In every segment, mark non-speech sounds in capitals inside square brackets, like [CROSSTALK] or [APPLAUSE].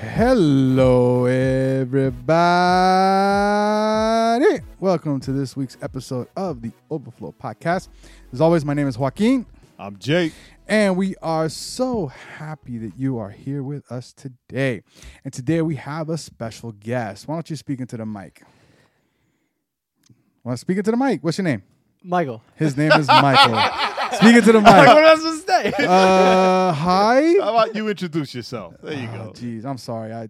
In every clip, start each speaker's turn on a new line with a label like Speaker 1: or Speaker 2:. Speaker 1: Hello, everybody. Welcome to this week's episode of the Overflow Podcast. As always, my name is Joaquin,
Speaker 2: I'm Jake.
Speaker 1: and we are so happy that you are here with us today. And today we have a special guest. Why don't you speak into the mic? Want to speak into the mic? What's your name?
Speaker 3: Michael.
Speaker 1: His name is Michael. speak into the
Speaker 3: [LAUGHS]
Speaker 1: mic.
Speaker 3: am I supposed to say?
Speaker 1: Uh, hi.
Speaker 2: How about you introduce yourself? There you
Speaker 1: Oh,
Speaker 2: go.
Speaker 1: Jeez, I'm sorry. I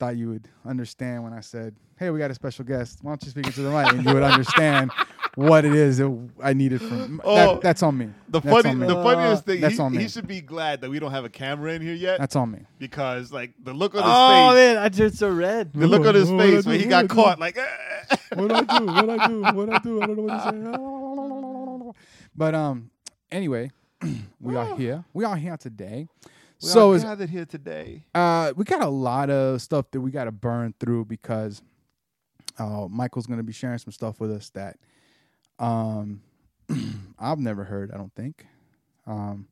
Speaker 1: thought you would understand when I said, "Hey, we got a special guest. Why don't you speak into the mic?" And you would understand what it is that I needed from.
Speaker 2: Oh,
Speaker 1: that, that's on me.
Speaker 2: The
Speaker 1: that's
Speaker 2: funny,
Speaker 1: on me.
Speaker 2: the funniest thing.
Speaker 1: That's
Speaker 2: he,
Speaker 1: on me.
Speaker 2: he should be glad that we don't have a camera in here yet
Speaker 1: that's on me.
Speaker 2: because, like, the look on his
Speaker 3: oh
Speaker 2: face,
Speaker 3: man, I turned so red.
Speaker 2: the look on his
Speaker 1: What would I
Speaker 2: face
Speaker 1: do?
Speaker 2: when he
Speaker 1: What
Speaker 2: got
Speaker 1: would I do?
Speaker 2: caught, like, [LAUGHS]
Speaker 1: What I do? What I do? What I do? I don't know what to say. But um, anyway, [CLEARS THROAT] we are here. We are here today. so
Speaker 2: is
Speaker 1: is
Speaker 2: gathered Ah. here today.
Speaker 1: uh, we got a lot of stuff that we got to burn through because uh, Michael's going to be sharing some stuff with us that um, [CLEARS THROAT] I've never heard, I don't think. Um,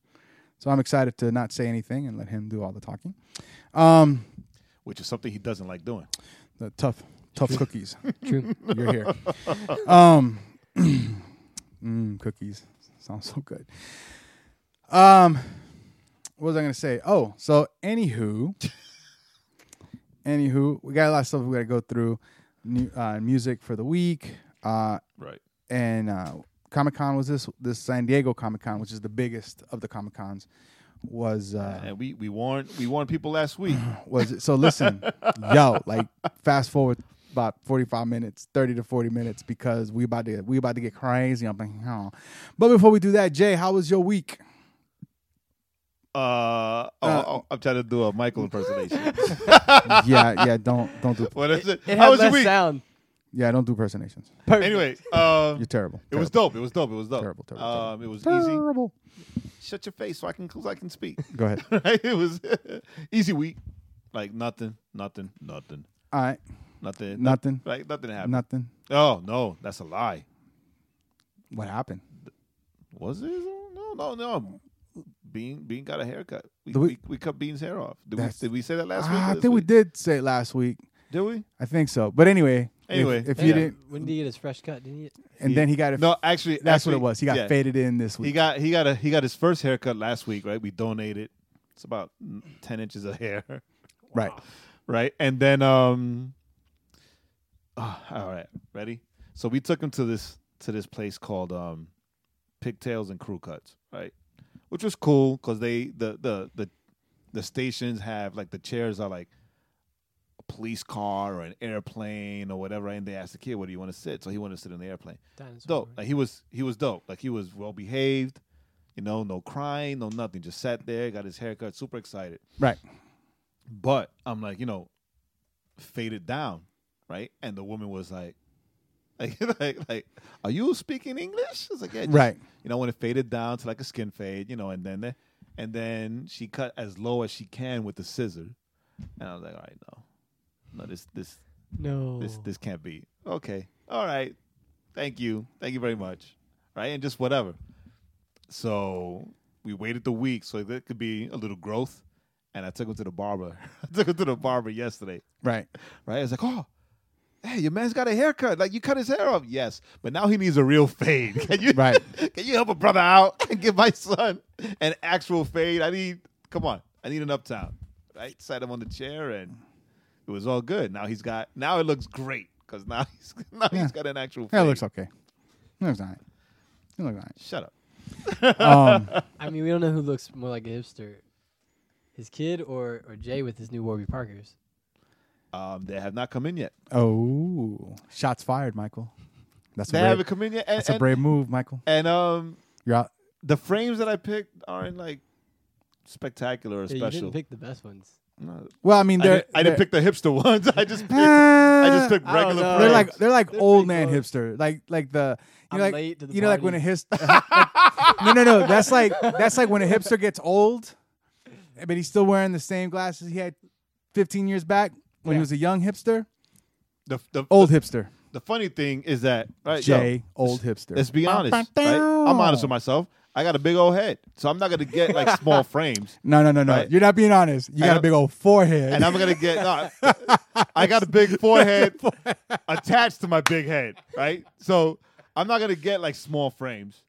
Speaker 1: so I'm excited to not say anything and let him do all the talking. Um,
Speaker 2: Which is something he doesn't like doing.
Speaker 1: the Uh, tough, tough cookies.
Speaker 3: [LAUGHS] True.
Speaker 1: You're here. um, [CLEARS THROAT] mm, cookies sounds so good. Um, what was I gonna say? Oh, so anywho, anywho, we got a lot of stuff we gotta go through. New, uh, music for the week, uh,
Speaker 2: Right.
Speaker 1: and uh, Comic Con was this this San Diego Comic Con, which is the biggest of the Comic Cons. Was uh,
Speaker 2: And we, we warned we warned people last
Speaker 1: [SIGHS]
Speaker 2: week.
Speaker 1: was it so listen yo like fast forward about 45 minutes 30 to 40 minutes because we about to we about to get crazy i'm like oh. but before we do that jay how was your
Speaker 2: [LAUGHS]
Speaker 1: week
Speaker 2: Uh, oh, oh, I'm trying to do a
Speaker 1: [LAUGHS]
Speaker 2: Michael impersonation.
Speaker 1: yeah yeah don't don't do
Speaker 2: what is it?
Speaker 3: It
Speaker 2: How
Speaker 3: had
Speaker 2: was your
Speaker 3: less
Speaker 2: week?
Speaker 3: sound.
Speaker 1: yeah don't do personations
Speaker 3: Perfect.
Speaker 2: Anyway, uh,
Speaker 1: you're terrible
Speaker 2: it was dope. It was dope. It was dope.
Speaker 1: Terrible, terrible,
Speaker 2: Um, it was easy.
Speaker 1: terrible
Speaker 2: Shut your face so I can so I can speak.
Speaker 1: go ahead
Speaker 2: [LAUGHS] right? It was easy week. Like nothing, nothing, nothing,
Speaker 1: all right
Speaker 2: nothing,
Speaker 1: nothing
Speaker 2: nothing. Like nothing happened.
Speaker 1: nothing
Speaker 2: oh no, that's a lie.
Speaker 1: what happened
Speaker 2: Was it? No, no, no. Bean, Bean got a haircut. We,
Speaker 1: Did
Speaker 2: we,
Speaker 1: we-
Speaker 2: we, cut Bean's hair off. Did we,
Speaker 1: That's-
Speaker 2: did we say that last week?
Speaker 1: Ah,
Speaker 2: or
Speaker 1: i
Speaker 2: this
Speaker 1: think we
Speaker 2: week?
Speaker 1: did say it last week
Speaker 2: Did we?
Speaker 1: i think so but anyway if-
Speaker 2: Anyway,
Speaker 1: if, you
Speaker 2: yeah.
Speaker 1: didn't
Speaker 3: when did he get his fresh cut? Didn't he? Get,
Speaker 1: and then he got it
Speaker 2: No, actually,
Speaker 1: that's
Speaker 2: actually,
Speaker 1: what it was he got
Speaker 2: yeah.
Speaker 1: faded in this week
Speaker 2: He got he got a he got his first haircut last week. Right? We donated. It's about mm, ten inches of hair. [LAUGHS]
Speaker 1: right
Speaker 2: right? And then um ah, all right, ready? So we took him to this to this place called um Pigtails and Crew Cuts, right? Which was cool cuz they the the the the stations have like the chairs are like a police car or an airplane or whatever and they asked the kid where do you want to sit so he wanted to sit in the airplane
Speaker 3: dinosaur.
Speaker 2: dope like he was he was dope like he was well behaved you know no crying no nothing just sat there got his haircut super excited
Speaker 1: right
Speaker 2: but I'm like, you know, faded down, right? And the woman was like, [LAUGHS] like, like, like, are you speaking English? I was like, yeah, just-
Speaker 1: Right.
Speaker 2: You know, when it faded down to like a skin fade, you know, and then, and then she cut as low as she can with the scissor, and I was like, all right, no, no, this, this,
Speaker 3: No.
Speaker 2: this, this can't be. Okay, all right, thank you, thank you very much, right? And just whatever. So we waited the week so there could be a little growth. And I took him to the barber. [LAUGHS] I took him to the barber yesterday
Speaker 1: right
Speaker 2: right? It's like, oh, hey, your man's got a haircut. Like you cut his hair off, yes, but now he needs a real fade. [LAUGHS] Can you,
Speaker 1: Right.
Speaker 2: Can you help a brother out [LAUGHS] and give my son an actual fade? I need, come on, I need an uptown. Right, sat him on the chair, and it was all good. Now he's got, now it looks great because now [LAUGHS] he's now
Speaker 1: Yeah.
Speaker 2: he's got an actual. fade.
Speaker 1: Yeah, it looks okay. It looks all right. It looks all
Speaker 2: Shut up.
Speaker 1: right.
Speaker 2: [LAUGHS]
Speaker 1: Um,
Speaker 3: I mean, we don't know who looks more like a hipster, his kid or or Jay with his new Warby Parkers.
Speaker 2: Um, they have not come in yet.
Speaker 1: oh, shots fired, Michael. That's a
Speaker 2: They
Speaker 1: brave,
Speaker 2: haven't come in yet. And,
Speaker 1: that's a
Speaker 2: and-
Speaker 1: brave move, Michael.
Speaker 2: and um,
Speaker 1: You're out.
Speaker 2: the frames that I picked aren't like spectacular or
Speaker 3: Yeah, you
Speaker 2: special.
Speaker 3: didn't pick the best ones.
Speaker 2: No,
Speaker 1: Well, I mean,
Speaker 2: I,
Speaker 1: they're,
Speaker 2: didn't, I didn't
Speaker 1: they're-
Speaker 2: pick the hipster [LAUGHS] ones.
Speaker 1: [LAUGHS]
Speaker 2: I just picked, I just picked
Speaker 3: I don't
Speaker 2: regular.
Speaker 3: know.
Speaker 1: They're
Speaker 2: friends.
Speaker 1: like they're like
Speaker 3: They're
Speaker 1: old
Speaker 3: pretty
Speaker 1: man
Speaker 3: close.
Speaker 1: hipster, like like the you
Speaker 3: I'm
Speaker 1: know, like
Speaker 3: late to the
Speaker 1: you know [LAUGHS] like when a
Speaker 3: party. [LAUGHS]
Speaker 1: hipster. no, no, no. That's like that's like when a hipster gets old, but he's still wearing the same glasses he had 15 years back when he
Speaker 3: Yeah.
Speaker 1: was a young hipster.
Speaker 2: the, the,
Speaker 1: Old hipster,
Speaker 2: the funny thing is that right, yo,
Speaker 1: Oh. Jay, old hipster.
Speaker 2: Let's be honest. Right? I'm honest with myself. I got a big old head, so I'm not gonna get like
Speaker 1: [LAUGHS]
Speaker 2: small frames,
Speaker 1: no, no, no, no.
Speaker 2: Right.
Speaker 1: You're not being honest. You got a
Speaker 2: don't-
Speaker 1: big old forehead.
Speaker 2: and I'm gonna get. no, I- I got
Speaker 1: [LAUGHS]
Speaker 2: a big forehead attached to my big head, right? So I'm not gonna get like small frames.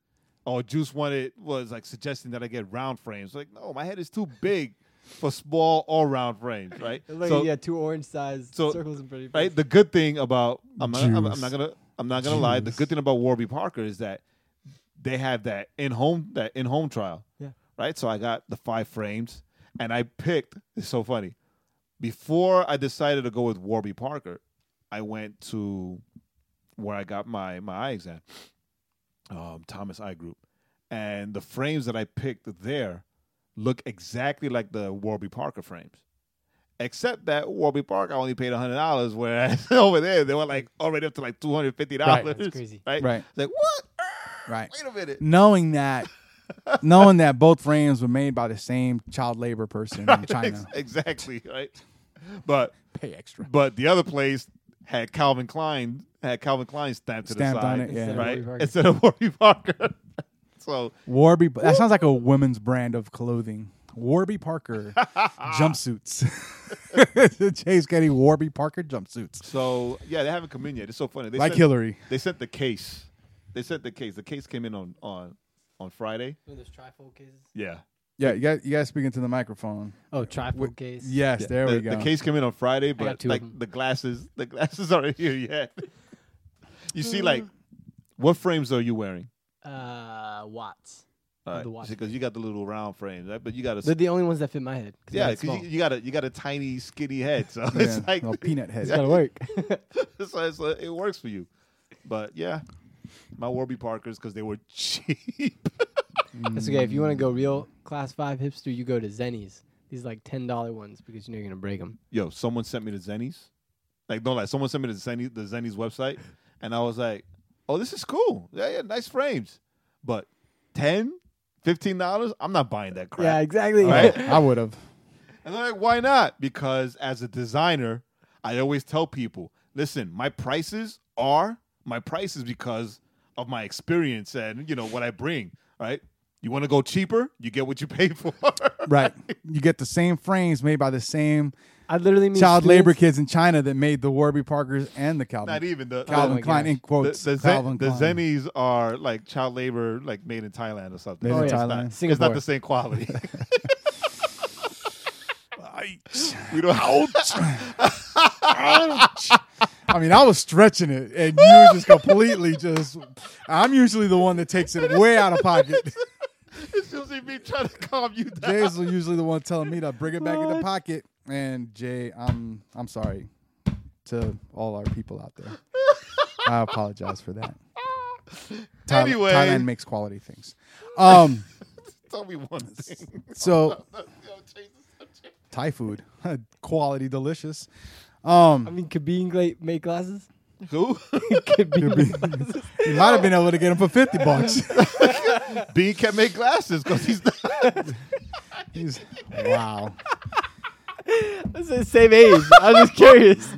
Speaker 2: Oh, Juice wanted was like suggesting that I get round frames. Like, no, my head is too big for small all round frames, right?
Speaker 3: Like
Speaker 2: So-
Speaker 3: yeah, two orange sized
Speaker 2: so-
Speaker 3: circles in front of your
Speaker 2: right?
Speaker 3: face.
Speaker 2: The good thing about I'm not, I'm, I'm
Speaker 1: Juice.
Speaker 2: not gonna I'm not gonna lie. The good thing about Warby Parker is that they have that in home that in home trial.
Speaker 3: Yeah.
Speaker 2: Right. So I got the five frames, and I picked. It's so funny. Before I decided to go with Warby Parker, I went to where I got my my eye exam, um, Thomas Eye Group, and the frames that I picked there look exactly like the Warby Parker frames. Except that Warby Parker only paid hundred dollars, whereas [LAUGHS] over there they were like already up to like two hundred fifty dollars.
Speaker 3: Right, that's crazy.
Speaker 1: [LAUGHS]
Speaker 2: Right?
Speaker 1: Right.
Speaker 2: Like what? Ah,
Speaker 1: right.
Speaker 2: Wait a minute.
Speaker 1: Knowing that, knowing that both frames were made by the same child labor person in China.
Speaker 2: Ex- [LAUGHS] exactly. Right. But
Speaker 1: Pay extra.
Speaker 2: but the other place had Calvin Klein had Calvin Klein stamped to
Speaker 1: Stamped
Speaker 2: the
Speaker 1: on
Speaker 2: side,
Speaker 1: it, yeah. Instead
Speaker 3: of
Speaker 2: right?
Speaker 3: Warby Parker.
Speaker 2: Instead of Warby Parker. [LAUGHS] so
Speaker 1: Warby. That sounds like a women's brand of clothing. Warby Parker jumpsuits. [LAUGHS] Jay's getting Warby Parker jumpsuits.
Speaker 2: so yeah, they haven't come in yet. It's so funny. They
Speaker 1: Like
Speaker 2: sent-
Speaker 1: Hillary.
Speaker 2: They sent the case. They sent the case. The case came in on on on Friday.
Speaker 3: One of those trifold cases.
Speaker 2: Yeah.
Speaker 1: Yeah, you got you guys speaking to the microphone.
Speaker 3: Oh, trifold case.
Speaker 1: Yes, there
Speaker 2: the,
Speaker 1: we go.
Speaker 2: The case came in on Friday, but
Speaker 3: two of
Speaker 2: like
Speaker 3: them.
Speaker 2: the glasses, the glasses [LAUGHS] aren't here yet. you
Speaker 3: Mm.
Speaker 2: see, like, what frames are you wearing?
Speaker 3: Uh, Watts.
Speaker 2: All
Speaker 3: the
Speaker 2: right,
Speaker 3: watch
Speaker 2: because you got the little round frames, right? but you got a
Speaker 3: They're the only ones that fit my head.
Speaker 2: yeah,
Speaker 3: it's
Speaker 2: because you, you got a you got a tiny skinny head, so [LAUGHS]
Speaker 1: Yeah,
Speaker 2: it's like
Speaker 1: little peanut head. Oh,
Speaker 3: gotta work. [LAUGHS]
Speaker 2: so it's like, it works for you. But yeah, my Warby Parkers because they were [LAUGHS] cheap.
Speaker 3: That's okay. If you want to go real class five hipster, you go to Zennies. These like ten dollar ones because you know you're gonna break them.
Speaker 2: yo, someone sent me the Zennies. Like, don't lie, someone sent me the Zennies, the
Speaker 1: [LAUGHS]
Speaker 2: Zennies website, and I was like, oh, this is cool. Yeah, yeah, nice frames. But 10 $15? I'm not buying that crap.
Speaker 3: exactly.
Speaker 2: Right?
Speaker 1: I would have.
Speaker 2: And they're like, why not? Because as a designer, I always tell people, listen, my prices are my prices because of my experience and you know what I bring, right? You want to go cheaper, you get what you pay [LAUGHS] for.
Speaker 1: Right. You get the same frames made by the same
Speaker 3: [LAUGHS] I literally mean
Speaker 1: child labor
Speaker 3: students-
Speaker 1: kids in China that made the Warby Parkers and the Calvin.
Speaker 2: Not even the
Speaker 3: Oh
Speaker 1: Calvin
Speaker 3: my
Speaker 1: Klein
Speaker 3: gosh.
Speaker 1: in
Speaker 2: the,
Speaker 1: quotes.
Speaker 2: the, Zen,
Speaker 1: Calvin
Speaker 2: the
Speaker 1: Klein.
Speaker 2: Zennies are like child labor, like made in Thailand or something.
Speaker 1: Made in
Speaker 3: Oh, yeah.
Speaker 1: Thailand.
Speaker 2: It's, not, it's not the
Speaker 1: [LAUGHS]
Speaker 2: same quality. we don't.
Speaker 1: I mean, I was stretching it, and you were just [LAUGHS] completely just. I'm usually the one that takes it way out of pocket.
Speaker 2: [LAUGHS]
Speaker 1: [LAUGHS]
Speaker 2: It's usually me trying to calm you down.
Speaker 1: Jay's usually the one telling me to bring it back in the pocket. And Jay, I'm I'm sorry to all our people out [LAUGHS] there. I apologize for that. Thai-
Speaker 2: Anyway.
Speaker 1: Thailand makes quality things. Um,
Speaker 2: [LAUGHS] Tell
Speaker 1: [LAUGHS]
Speaker 2: me one thing.
Speaker 1: so
Speaker 2: Yo, change the subject.
Speaker 1: Thai food, [LAUGHS] quality delicious. Um,
Speaker 3: I mean, Kabeen gla- make [LAUGHS] glasses.
Speaker 2: [LAUGHS] Who?
Speaker 3: Kabeen [LAUGHS] make glasses.
Speaker 1: you might have been able to get him for fifty bucks. [LAUGHS]
Speaker 2: B can't make glasses because he's [LAUGHS] not.
Speaker 1: He's- wow.
Speaker 3: That's the same age. I was just curious.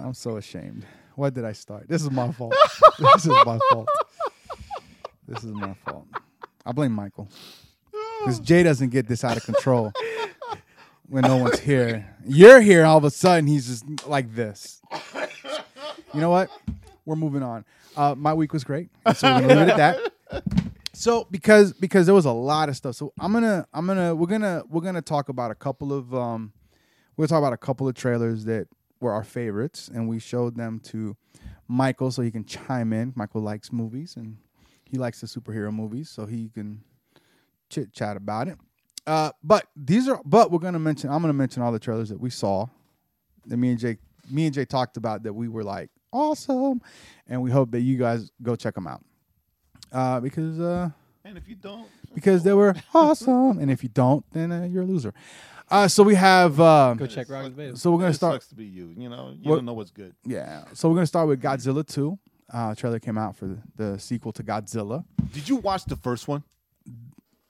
Speaker 1: I'm so ashamed. What did I start? This is my fault. [LAUGHS] this is my fault. This is my fault. I blame Michael. Because Jay doesn't get this out of control when no one's here. You're here, all of a sudden, he's just like this. You know what? We're moving on. Uh, my week was great. and So we're gonna leave it at that so because because there was a lot of stuff so i'm gonna i'm gonna we're gonna we're gonna talk about a couple of um we're gonna talk about a couple of trailers that were our favorites and we showed them to michael so he can chime in michael likes movies and he likes the superhero movies so he can chit chat about it uh but these are but we're gonna mention i'm gonna mention all the trailers that we saw that me and jake me and jay talked about that we were like awesome and we hope that you guys go check them out uh because uh
Speaker 2: And if you don't,
Speaker 1: because they were awesome. And if you don't, then uh, you're a loser. Uh, so we have. Um,
Speaker 3: Go [LAUGHS] [LAUGHS] check Rock's video.
Speaker 1: so we're gonna
Speaker 2: it
Speaker 1: start.
Speaker 2: Sucks to be you. You know, you
Speaker 1: What-
Speaker 2: don't know what's good.
Speaker 1: Yeah. So we're gonna start with Godzilla Two. Uh, trailer came out for the, the sequel to Godzilla.
Speaker 2: Did you watch the first one?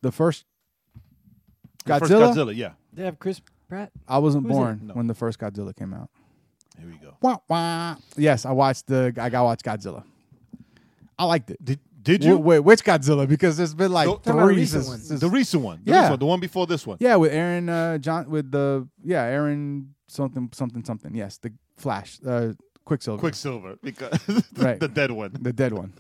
Speaker 1: The first
Speaker 2: The
Speaker 1: Godzilla.
Speaker 2: first Godzilla. Yeah.
Speaker 3: They have Chris Pratt.
Speaker 1: I wasn't
Speaker 3: Who's in it?
Speaker 1: born
Speaker 2: No.
Speaker 1: when the first Godzilla came out.
Speaker 2: Here we go.
Speaker 1: Wah, wah. Yes, I watched the. I got watched Godzilla. I liked it.
Speaker 2: Did Did
Speaker 1: Wait,
Speaker 2: you
Speaker 1: wait, which Godzilla? Because there's been like
Speaker 2: Don't- Talking
Speaker 3: about
Speaker 1: three.
Speaker 3: recent
Speaker 1: since-
Speaker 3: ones.
Speaker 1: since-
Speaker 2: the recent one? The
Speaker 1: Yeah.
Speaker 2: recent one, the one before this one.
Speaker 1: yeah, with Aaron uh, John with the yeah Aaron something something something. Yes, the Flash, uh, Quicksilver,
Speaker 2: Quicksilver, because [LAUGHS]
Speaker 1: Right.
Speaker 2: the dead one.
Speaker 1: the dead one.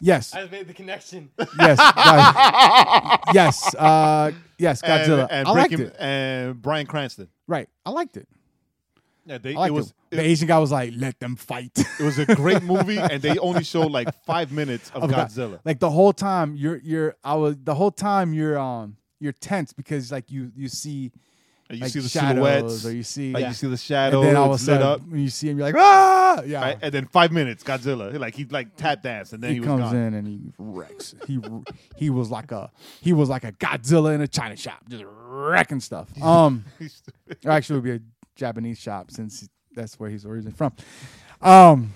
Speaker 1: Yes,
Speaker 3: just made the connection.
Speaker 1: yes,
Speaker 2: [LAUGHS]
Speaker 1: God- yes, uh, yes,
Speaker 2: And-
Speaker 1: Godzilla.
Speaker 2: and
Speaker 1: I liked
Speaker 2: Breaking-
Speaker 1: it.
Speaker 2: and Brian Cranston.
Speaker 1: Right, I liked it.
Speaker 2: Yeah, they,
Speaker 1: I liked
Speaker 2: it
Speaker 1: it.
Speaker 2: was
Speaker 1: the
Speaker 2: it,
Speaker 1: Asian guy was like, "Let them fight." [LAUGHS]
Speaker 2: it was a great movie, and they only showed like five minutes
Speaker 1: [LAUGHS]
Speaker 2: of
Speaker 1: of God-
Speaker 2: Godzilla.
Speaker 1: Like the whole time you're you're I was the whole time you're um you're tense because like you you see
Speaker 2: And you
Speaker 1: like
Speaker 2: see the
Speaker 1: shadows
Speaker 2: silhouettes,
Speaker 1: or you see
Speaker 2: like
Speaker 3: Yeah.
Speaker 2: you see the
Speaker 1: and
Speaker 2: shadow,
Speaker 1: then all of a
Speaker 2: it's lit up,
Speaker 1: sudden when you see him you're like ah yeah
Speaker 2: right? and then five minutes Godzilla, like he like tap dance, and then
Speaker 1: he,
Speaker 2: he, was
Speaker 1: comes
Speaker 2: gone.
Speaker 1: in and he wrecks he he was like a he was like a Godzilla in a China shop just wrecking
Speaker 2: [LAUGHS]
Speaker 1: stuff um or actually it would be a Japanese shop since that's where he's originally from um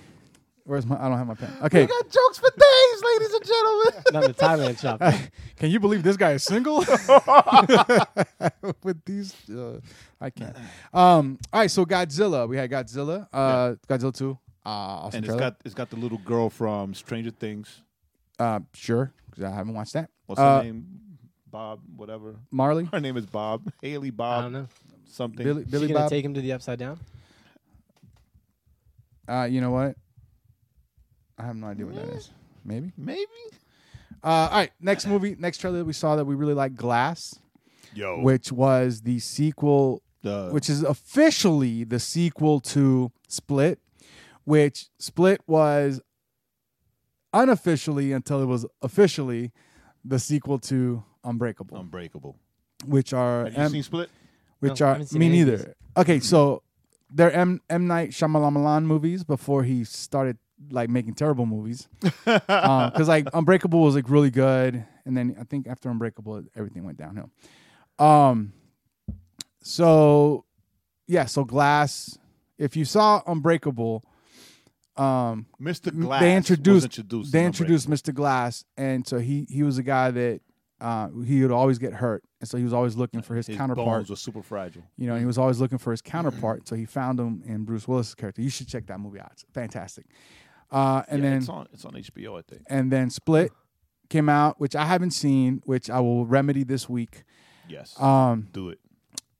Speaker 1: where's my I don't have my pen okay
Speaker 2: jokes for days, ladies and
Speaker 1: [LAUGHS]
Speaker 2: gentlemen.
Speaker 3: [LAUGHS] Not the Thailand shop. [LAUGHS]
Speaker 1: Can you believe this guy is
Speaker 2: [LAUGHS]
Speaker 1: single? [LAUGHS] With these, uh, I can't. Um, all right, so Godzilla. We had Godzilla. Uh, Godzilla two. Uh, awesome
Speaker 2: And it's
Speaker 1: trailer.
Speaker 2: got it's got the little girl from Stranger Things.
Speaker 1: uh, sure, 'cause I haven't watched that.
Speaker 2: What's
Speaker 1: Uh,
Speaker 2: her name? Bob, whatever. [LAUGHS]
Speaker 1: Marley,
Speaker 2: Her name is Bob. Haley
Speaker 3: I
Speaker 2: Bob.
Speaker 3: don't know.
Speaker 2: Something.
Speaker 1: Billy,
Speaker 3: Billy
Speaker 1: Billy
Speaker 3: you gonna
Speaker 1: Bob.
Speaker 3: take him to the upside down?
Speaker 1: uh, you know what? I have no idea what that is. Maybe.
Speaker 2: Maybe.
Speaker 1: Uh, all right, next movie, next trailer that we saw that we really like, Glass,
Speaker 2: Yo.
Speaker 1: which was the sequel uh,
Speaker 2: the,
Speaker 1: which is officially the sequel to Split, which Split was unofficially until it was officially the sequel to Unbreakable,
Speaker 2: Unbreakable.
Speaker 1: which are
Speaker 2: Um, Have you
Speaker 1: M-
Speaker 2: seen Split?
Speaker 1: which
Speaker 3: No, I
Speaker 1: are
Speaker 3: haven't seen
Speaker 1: me
Speaker 3: any of Mm-hmm.
Speaker 1: neither. Okay, so they're M M Night Shyamalan movies before he started like making terrible
Speaker 3: [LAUGHS]
Speaker 1: movies, because like Unbreakable was like really good, and then I think after Unbreakable everything went downhill. Um, so yeah, so Glass. If you saw Unbreakable, um,
Speaker 2: Mr.
Speaker 1: m-
Speaker 2: Glass.
Speaker 1: they introduced
Speaker 2: was introduced
Speaker 1: they
Speaker 2: in
Speaker 1: introduced Mr. Glass, and so he he was a guy that uh, he would always get hurt, and so he was always looking for his,
Speaker 2: Unbreakable. Uh, His
Speaker 1: counterpart.
Speaker 2: bones were super fragile.
Speaker 1: You know, and he was always looking for his
Speaker 2: [CLEARS THROAT]
Speaker 1: counterpart, so he found him in Bruce Willis's character. You should check that movie out; it's fantastic. Uh, and
Speaker 2: yeah,
Speaker 1: then
Speaker 2: it's on it's on HBO, I think.
Speaker 1: and then Split came out, which I haven't seen, which I will remedy this week.
Speaker 2: Yes.
Speaker 1: Um,
Speaker 2: Do it.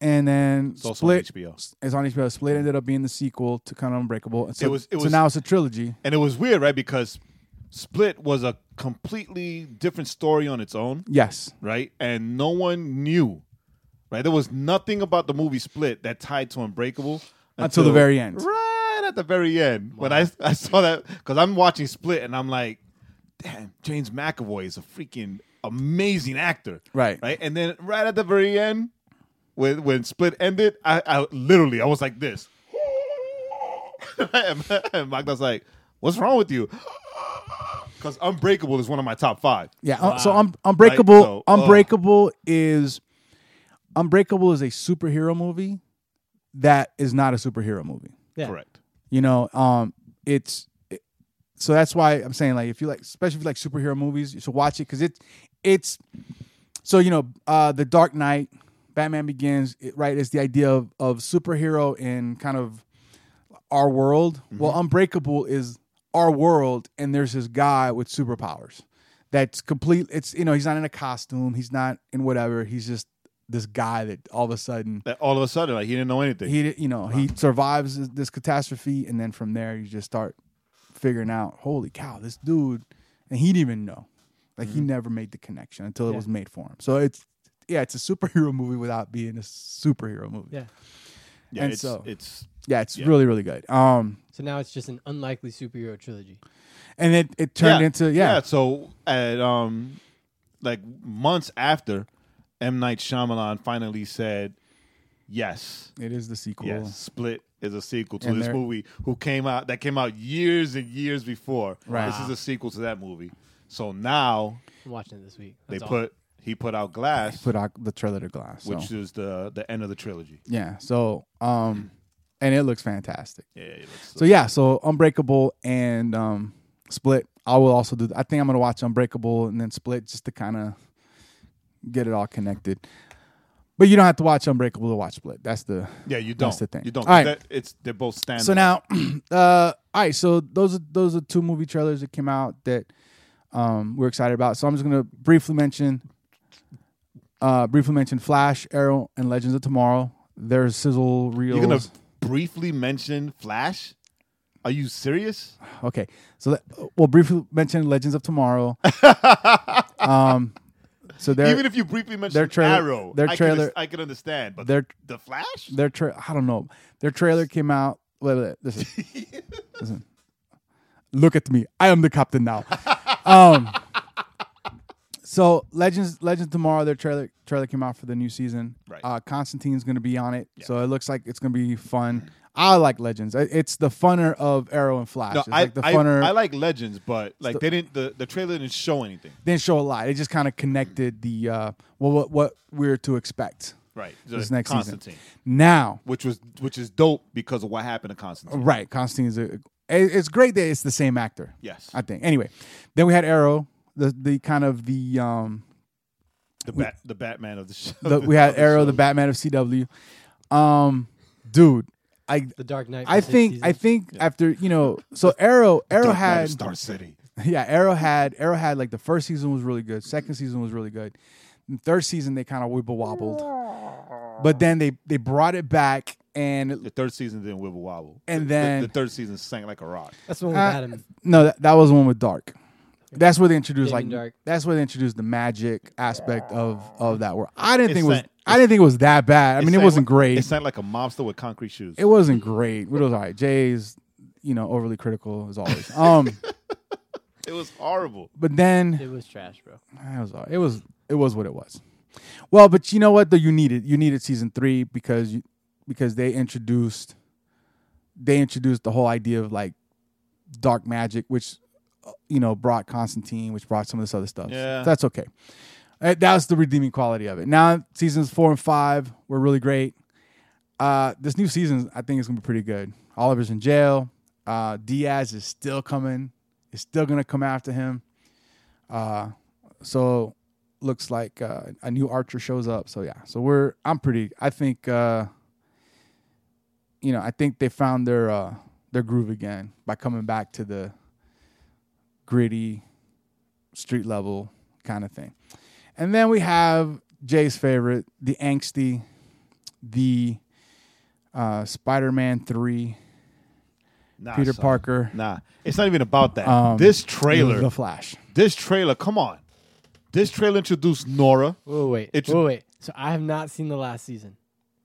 Speaker 1: and then
Speaker 2: It's also
Speaker 1: Split
Speaker 2: on HBO.
Speaker 1: is on HBO. Split ended up being the sequel to kind of Unbreakable. And so,
Speaker 2: It was- it
Speaker 1: so
Speaker 2: was-
Speaker 1: now it's a trilogy.
Speaker 2: And it was weird, right? Because Split was a completely different story on its own.
Speaker 1: Yes,
Speaker 2: right? And no one knew, right? There was nothing about the movie Split that tied to Unbreakable
Speaker 1: Until the very end.
Speaker 2: Right at the very end, when I I saw that because I'm watching Split and I'm like, damn, James McAvoy is a freaking amazing actor,
Speaker 1: Right.
Speaker 2: Right, and then right at the very end, when when Split ended, I, I literally I was like this, [LAUGHS] and Mike was like, "What's wrong with you?" Because Unbreakable is one of my top five.
Speaker 1: yeah. uh, so Un- Unbreakable,
Speaker 2: Right, so, ugh.
Speaker 1: Unbreakable is Unbreakable is a superhero movie that is not a superhero movie.
Speaker 3: Yeah.
Speaker 2: Correct.
Speaker 1: You know, um, it's it- so that's why I'm saying like if you like, especially if you like superhero movies, you should watch it because it's it's so you know uh, the Dark Knight, Batman Begins, it, right? It's the idea of of superhero in kind of our world. Well, Unbreakable is our world, and there's this guy with superpowers that's complete. It's you know he's not in a costume, he's not in whatever, he's just this guy that all of a sudden
Speaker 2: that all of a sudden like he didn't know anything.
Speaker 1: he di- you know he survives this- this catastrophe and then from there you just start figuring out holy cow this dude and he didn't even know like he never made the connection until it
Speaker 3: Yeah.
Speaker 1: was made for him so it's yeah it's a superhero movie without being a superhero movie
Speaker 3: Yeah.
Speaker 2: yeah,
Speaker 1: and
Speaker 2: it's,
Speaker 1: so-
Speaker 2: it's
Speaker 1: yeah it's
Speaker 2: Yeah.
Speaker 1: really really good um
Speaker 3: So now it's just an unlikely superhero trilogy.
Speaker 1: and it it turned into yeah,
Speaker 2: So at um, like months after, M Night Shyamalan finally said, "Yes,
Speaker 1: it is the sequel
Speaker 2: yes, Split is a sequel to
Speaker 1: And
Speaker 2: this
Speaker 1: there-
Speaker 2: movie who came out that came out years and years before.
Speaker 1: Right.
Speaker 2: This is a sequel to that movie. So now
Speaker 3: I'm watching it this week.
Speaker 2: they
Speaker 3: That's all.
Speaker 2: put he put out Glass,
Speaker 1: Put out the trailer to glass. so-
Speaker 2: which is the the end of the trilogy.
Speaker 1: yeah. So um, and it looks fantastic.
Speaker 2: Yeah, it looks-
Speaker 1: So yeah, so Unbreakable and um, Split. I will also do. I think I'm gonna watch Unbreakable and then Split just to kind of get it all connected. But you don't have to watch Unbreakable to watch Split. That's the
Speaker 2: yeah, you don't.
Speaker 1: that's the thing.
Speaker 2: You don't.
Speaker 1: All right.
Speaker 2: That- it's they're both standard.
Speaker 1: so now, [CLEARS THROAT] uh, all right. So those are those are two movie trailers that came out that um, we're excited about. So I'm just gonna briefly mention, uh, briefly mention Flash, Arrow, and Legends of Tomorrow. There's sizzle reels.
Speaker 2: you're gonna briefly mention Flash. Are you serious?
Speaker 1: Okay, so that, we'll briefly mention Legends of
Speaker 2: [LAUGHS]
Speaker 1: Tomorrow. um, so their
Speaker 2: Even if you briefly mention
Speaker 1: their trailer-
Speaker 2: Arrow,
Speaker 1: their
Speaker 2: I
Speaker 1: trailer-
Speaker 2: can, I can understand. But
Speaker 1: their
Speaker 2: the Flash,
Speaker 1: their tra- I don't know their trailer came out. Wait, wait, listen,
Speaker 2: [LAUGHS]
Speaker 1: listen. Look at me. I am the captain now. Um, so Legends Legends Tomorrow, their trailer trailer came out for the new season.
Speaker 2: Right.
Speaker 1: Uh, Constantine's going to be on it, so it looks like it's going to be fun. I like Legends. I- It's the funner of Arrow and Flash.
Speaker 2: no,
Speaker 1: it's
Speaker 2: I,
Speaker 1: like the
Speaker 2: I,
Speaker 1: funner.
Speaker 2: I like Legends, but like they didn't. The, the trailer didn't show anything.
Speaker 1: didn't show a lot. It just kind of connected the uh, well, what what we're to expect
Speaker 2: Right.
Speaker 1: this
Speaker 2: The
Speaker 1: next
Speaker 2: Constantine,
Speaker 1: season. Now,
Speaker 2: which was which is dope because of what happened to Constantine.
Speaker 1: right, Constantine's a, it- it's great that it's the same actor.
Speaker 2: Yes.
Speaker 1: I think. Anyway, then we had Arrow, the the kind of the um,
Speaker 2: the bat, the Batman of the show.
Speaker 1: the, we had
Speaker 2: of Oh, the [LAUGHS]
Speaker 1: Arrow,
Speaker 2: show.
Speaker 1: the Batman of CW. Um, dude, I
Speaker 3: the Dark Knight.
Speaker 1: I
Speaker 3: for six
Speaker 1: think I
Speaker 3: seasons.
Speaker 1: think after you know, so Arrow Arrow
Speaker 2: Dark Knight of
Speaker 1: had
Speaker 2: Star City.
Speaker 1: Yeah, Arrow had Arrow had like the first season was really good. Second season was really good. And third season they kind of wibble wobbled, but then they they brought it back and
Speaker 2: The third season didn't wibble wobble,
Speaker 1: And
Speaker 2: The-
Speaker 1: then-
Speaker 2: the, the third season sank like a rock.
Speaker 3: that's the one with
Speaker 1: Uh,
Speaker 3: Adam.
Speaker 1: no, that, that was the one with Dark. That's where they introduced
Speaker 3: Damien
Speaker 1: like
Speaker 3: Dark.
Speaker 1: that's where they introduced the magic aspect of of that world. I didn't
Speaker 2: It
Speaker 1: think it was
Speaker 2: sank-
Speaker 1: I didn't think it was that bad. I mean, it
Speaker 2: sank
Speaker 1: wasn't
Speaker 2: like-
Speaker 1: great.
Speaker 2: It sank like a mobster with concrete shoes.
Speaker 1: it wasn't great. It was all right. Jay's you know overly critical as always.
Speaker 2: [LAUGHS]
Speaker 1: Um,
Speaker 2: It was horrible.
Speaker 1: but then
Speaker 3: It was trash, bro.
Speaker 1: It was all- it was it was what it was. Well, but you know what though you needed you needed season three because you because they introduced they introduced the whole idea of like dark magic, which uh, you know brought Constantine, which brought some of this other stuff.
Speaker 2: Yeah.
Speaker 1: So that's okay. Uh, That was the redeeming quality of it. Now seasons four and five were really great. Uh, this new season I think is gonna be pretty good. Oliver's in jail. Uh, Diaz is still coming. Is still gonna come after him. Uh, so looks like uh, a new archer shows up. So yeah, so we're I'm pretty. I think uh, you know I think they found their uh, their groove again by coming back to the gritty street level kind of thing. And then we have Jay's favorite, the angsty, the uh, Spider-Man three,
Speaker 2: Nah,
Speaker 1: Peter
Speaker 2: son.
Speaker 1: Parker,
Speaker 2: Nah, it's not even about that.
Speaker 1: Um,
Speaker 2: this trailer,
Speaker 1: the Flash.
Speaker 2: this trailer, come on. This trailer introduced Nora.
Speaker 3: Whoa, wait.
Speaker 2: It's-
Speaker 3: Whoa, wait. So I have not seen the last season.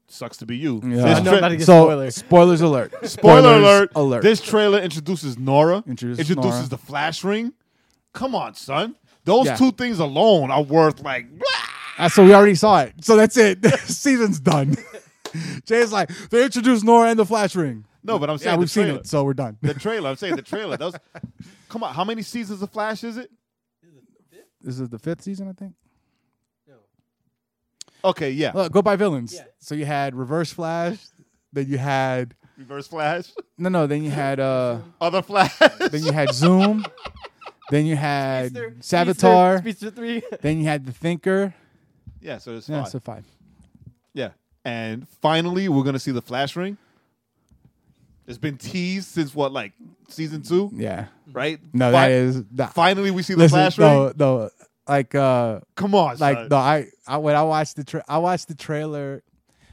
Speaker 2: Sucks to be you.
Speaker 1: Yeah.
Speaker 2: This
Speaker 1: I know
Speaker 2: tra-
Speaker 3: about to get
Speaker 1: so
Speaker 3: spoiler.
Speaker 1: spoilers alert!
Speaker 2: spoiler
Speaker 1: Spoilers
Speaker 2: alert.
Speaker 1: Alert!
Speaker 2: This trailer introduces Nora.
Speaker 1: Introduces Nora.
Speaker 2: the Flash ring. Come on, son. Those
Speaker 1: Yeah.
Speaker 2: two things alone are worth like.
Speaker 1: Uh, so we already saw it. So that's it. [LAUGHS] Season's done. [LAUGHS] Jay's like, they introduced Nora and the Flash Ring.
Speaker 2: No, but I'm saying
Speaker 1: Yeah,
Speaker 2: the
Speaker 1: we've seen
Speaker 2: trailer.
Speaker 1: it, so we're done.
Speaker 2: [LAUGHS] The trailer. I'm saying the trailer. That was, come on. How many seasons of Flash is it?
Speaker 1: [LAUGHS] This is the fifth season, I think.
Speaker 2: Okay, yeah.
Speaker 1: Look, Uh, go by villains.
Speaker 3: Yeah.
Speaker 1: So you had Reverse Flash, then you had
Speaker 2: Reverse Flash. [LAUGHS]
Speaker 1: no, no, then you had uh,
Speaker 2: Other Flash.
Speaker 1: then you had Zoom, then you had
Speaker 3: Speedster,
Speaker 1: Savitar,
Speaker 3: Speedster, Speedster 3.
Speaker 1: then you had the Thinker.
Speaker 2: yeah, so it's
Speaker 1: Yeah,
Speaker 2: five.
Speaker 1: so five.
Speaker 2: Yeah. And finally, we're going to see the Flash Ring. It's been teased since what, like season two,
Speaker 1: Yeah,
Speaker 2: right?
Speaker 1: no,
Speaker 2: Fi-
Speaker 1: that is that.
Speaker 2: Finally, we see the
Speaker 1: Listen,
Speaker 2: Flash
Speaker 1: no,
Speaker 2: Ring.
Speaker 1: no, like uh.
Speaker 2: Come on,
Speaker 1: like
Speaker 2: son.
Speaker 1: no, I, I when I watched the tra- I watched the trailer.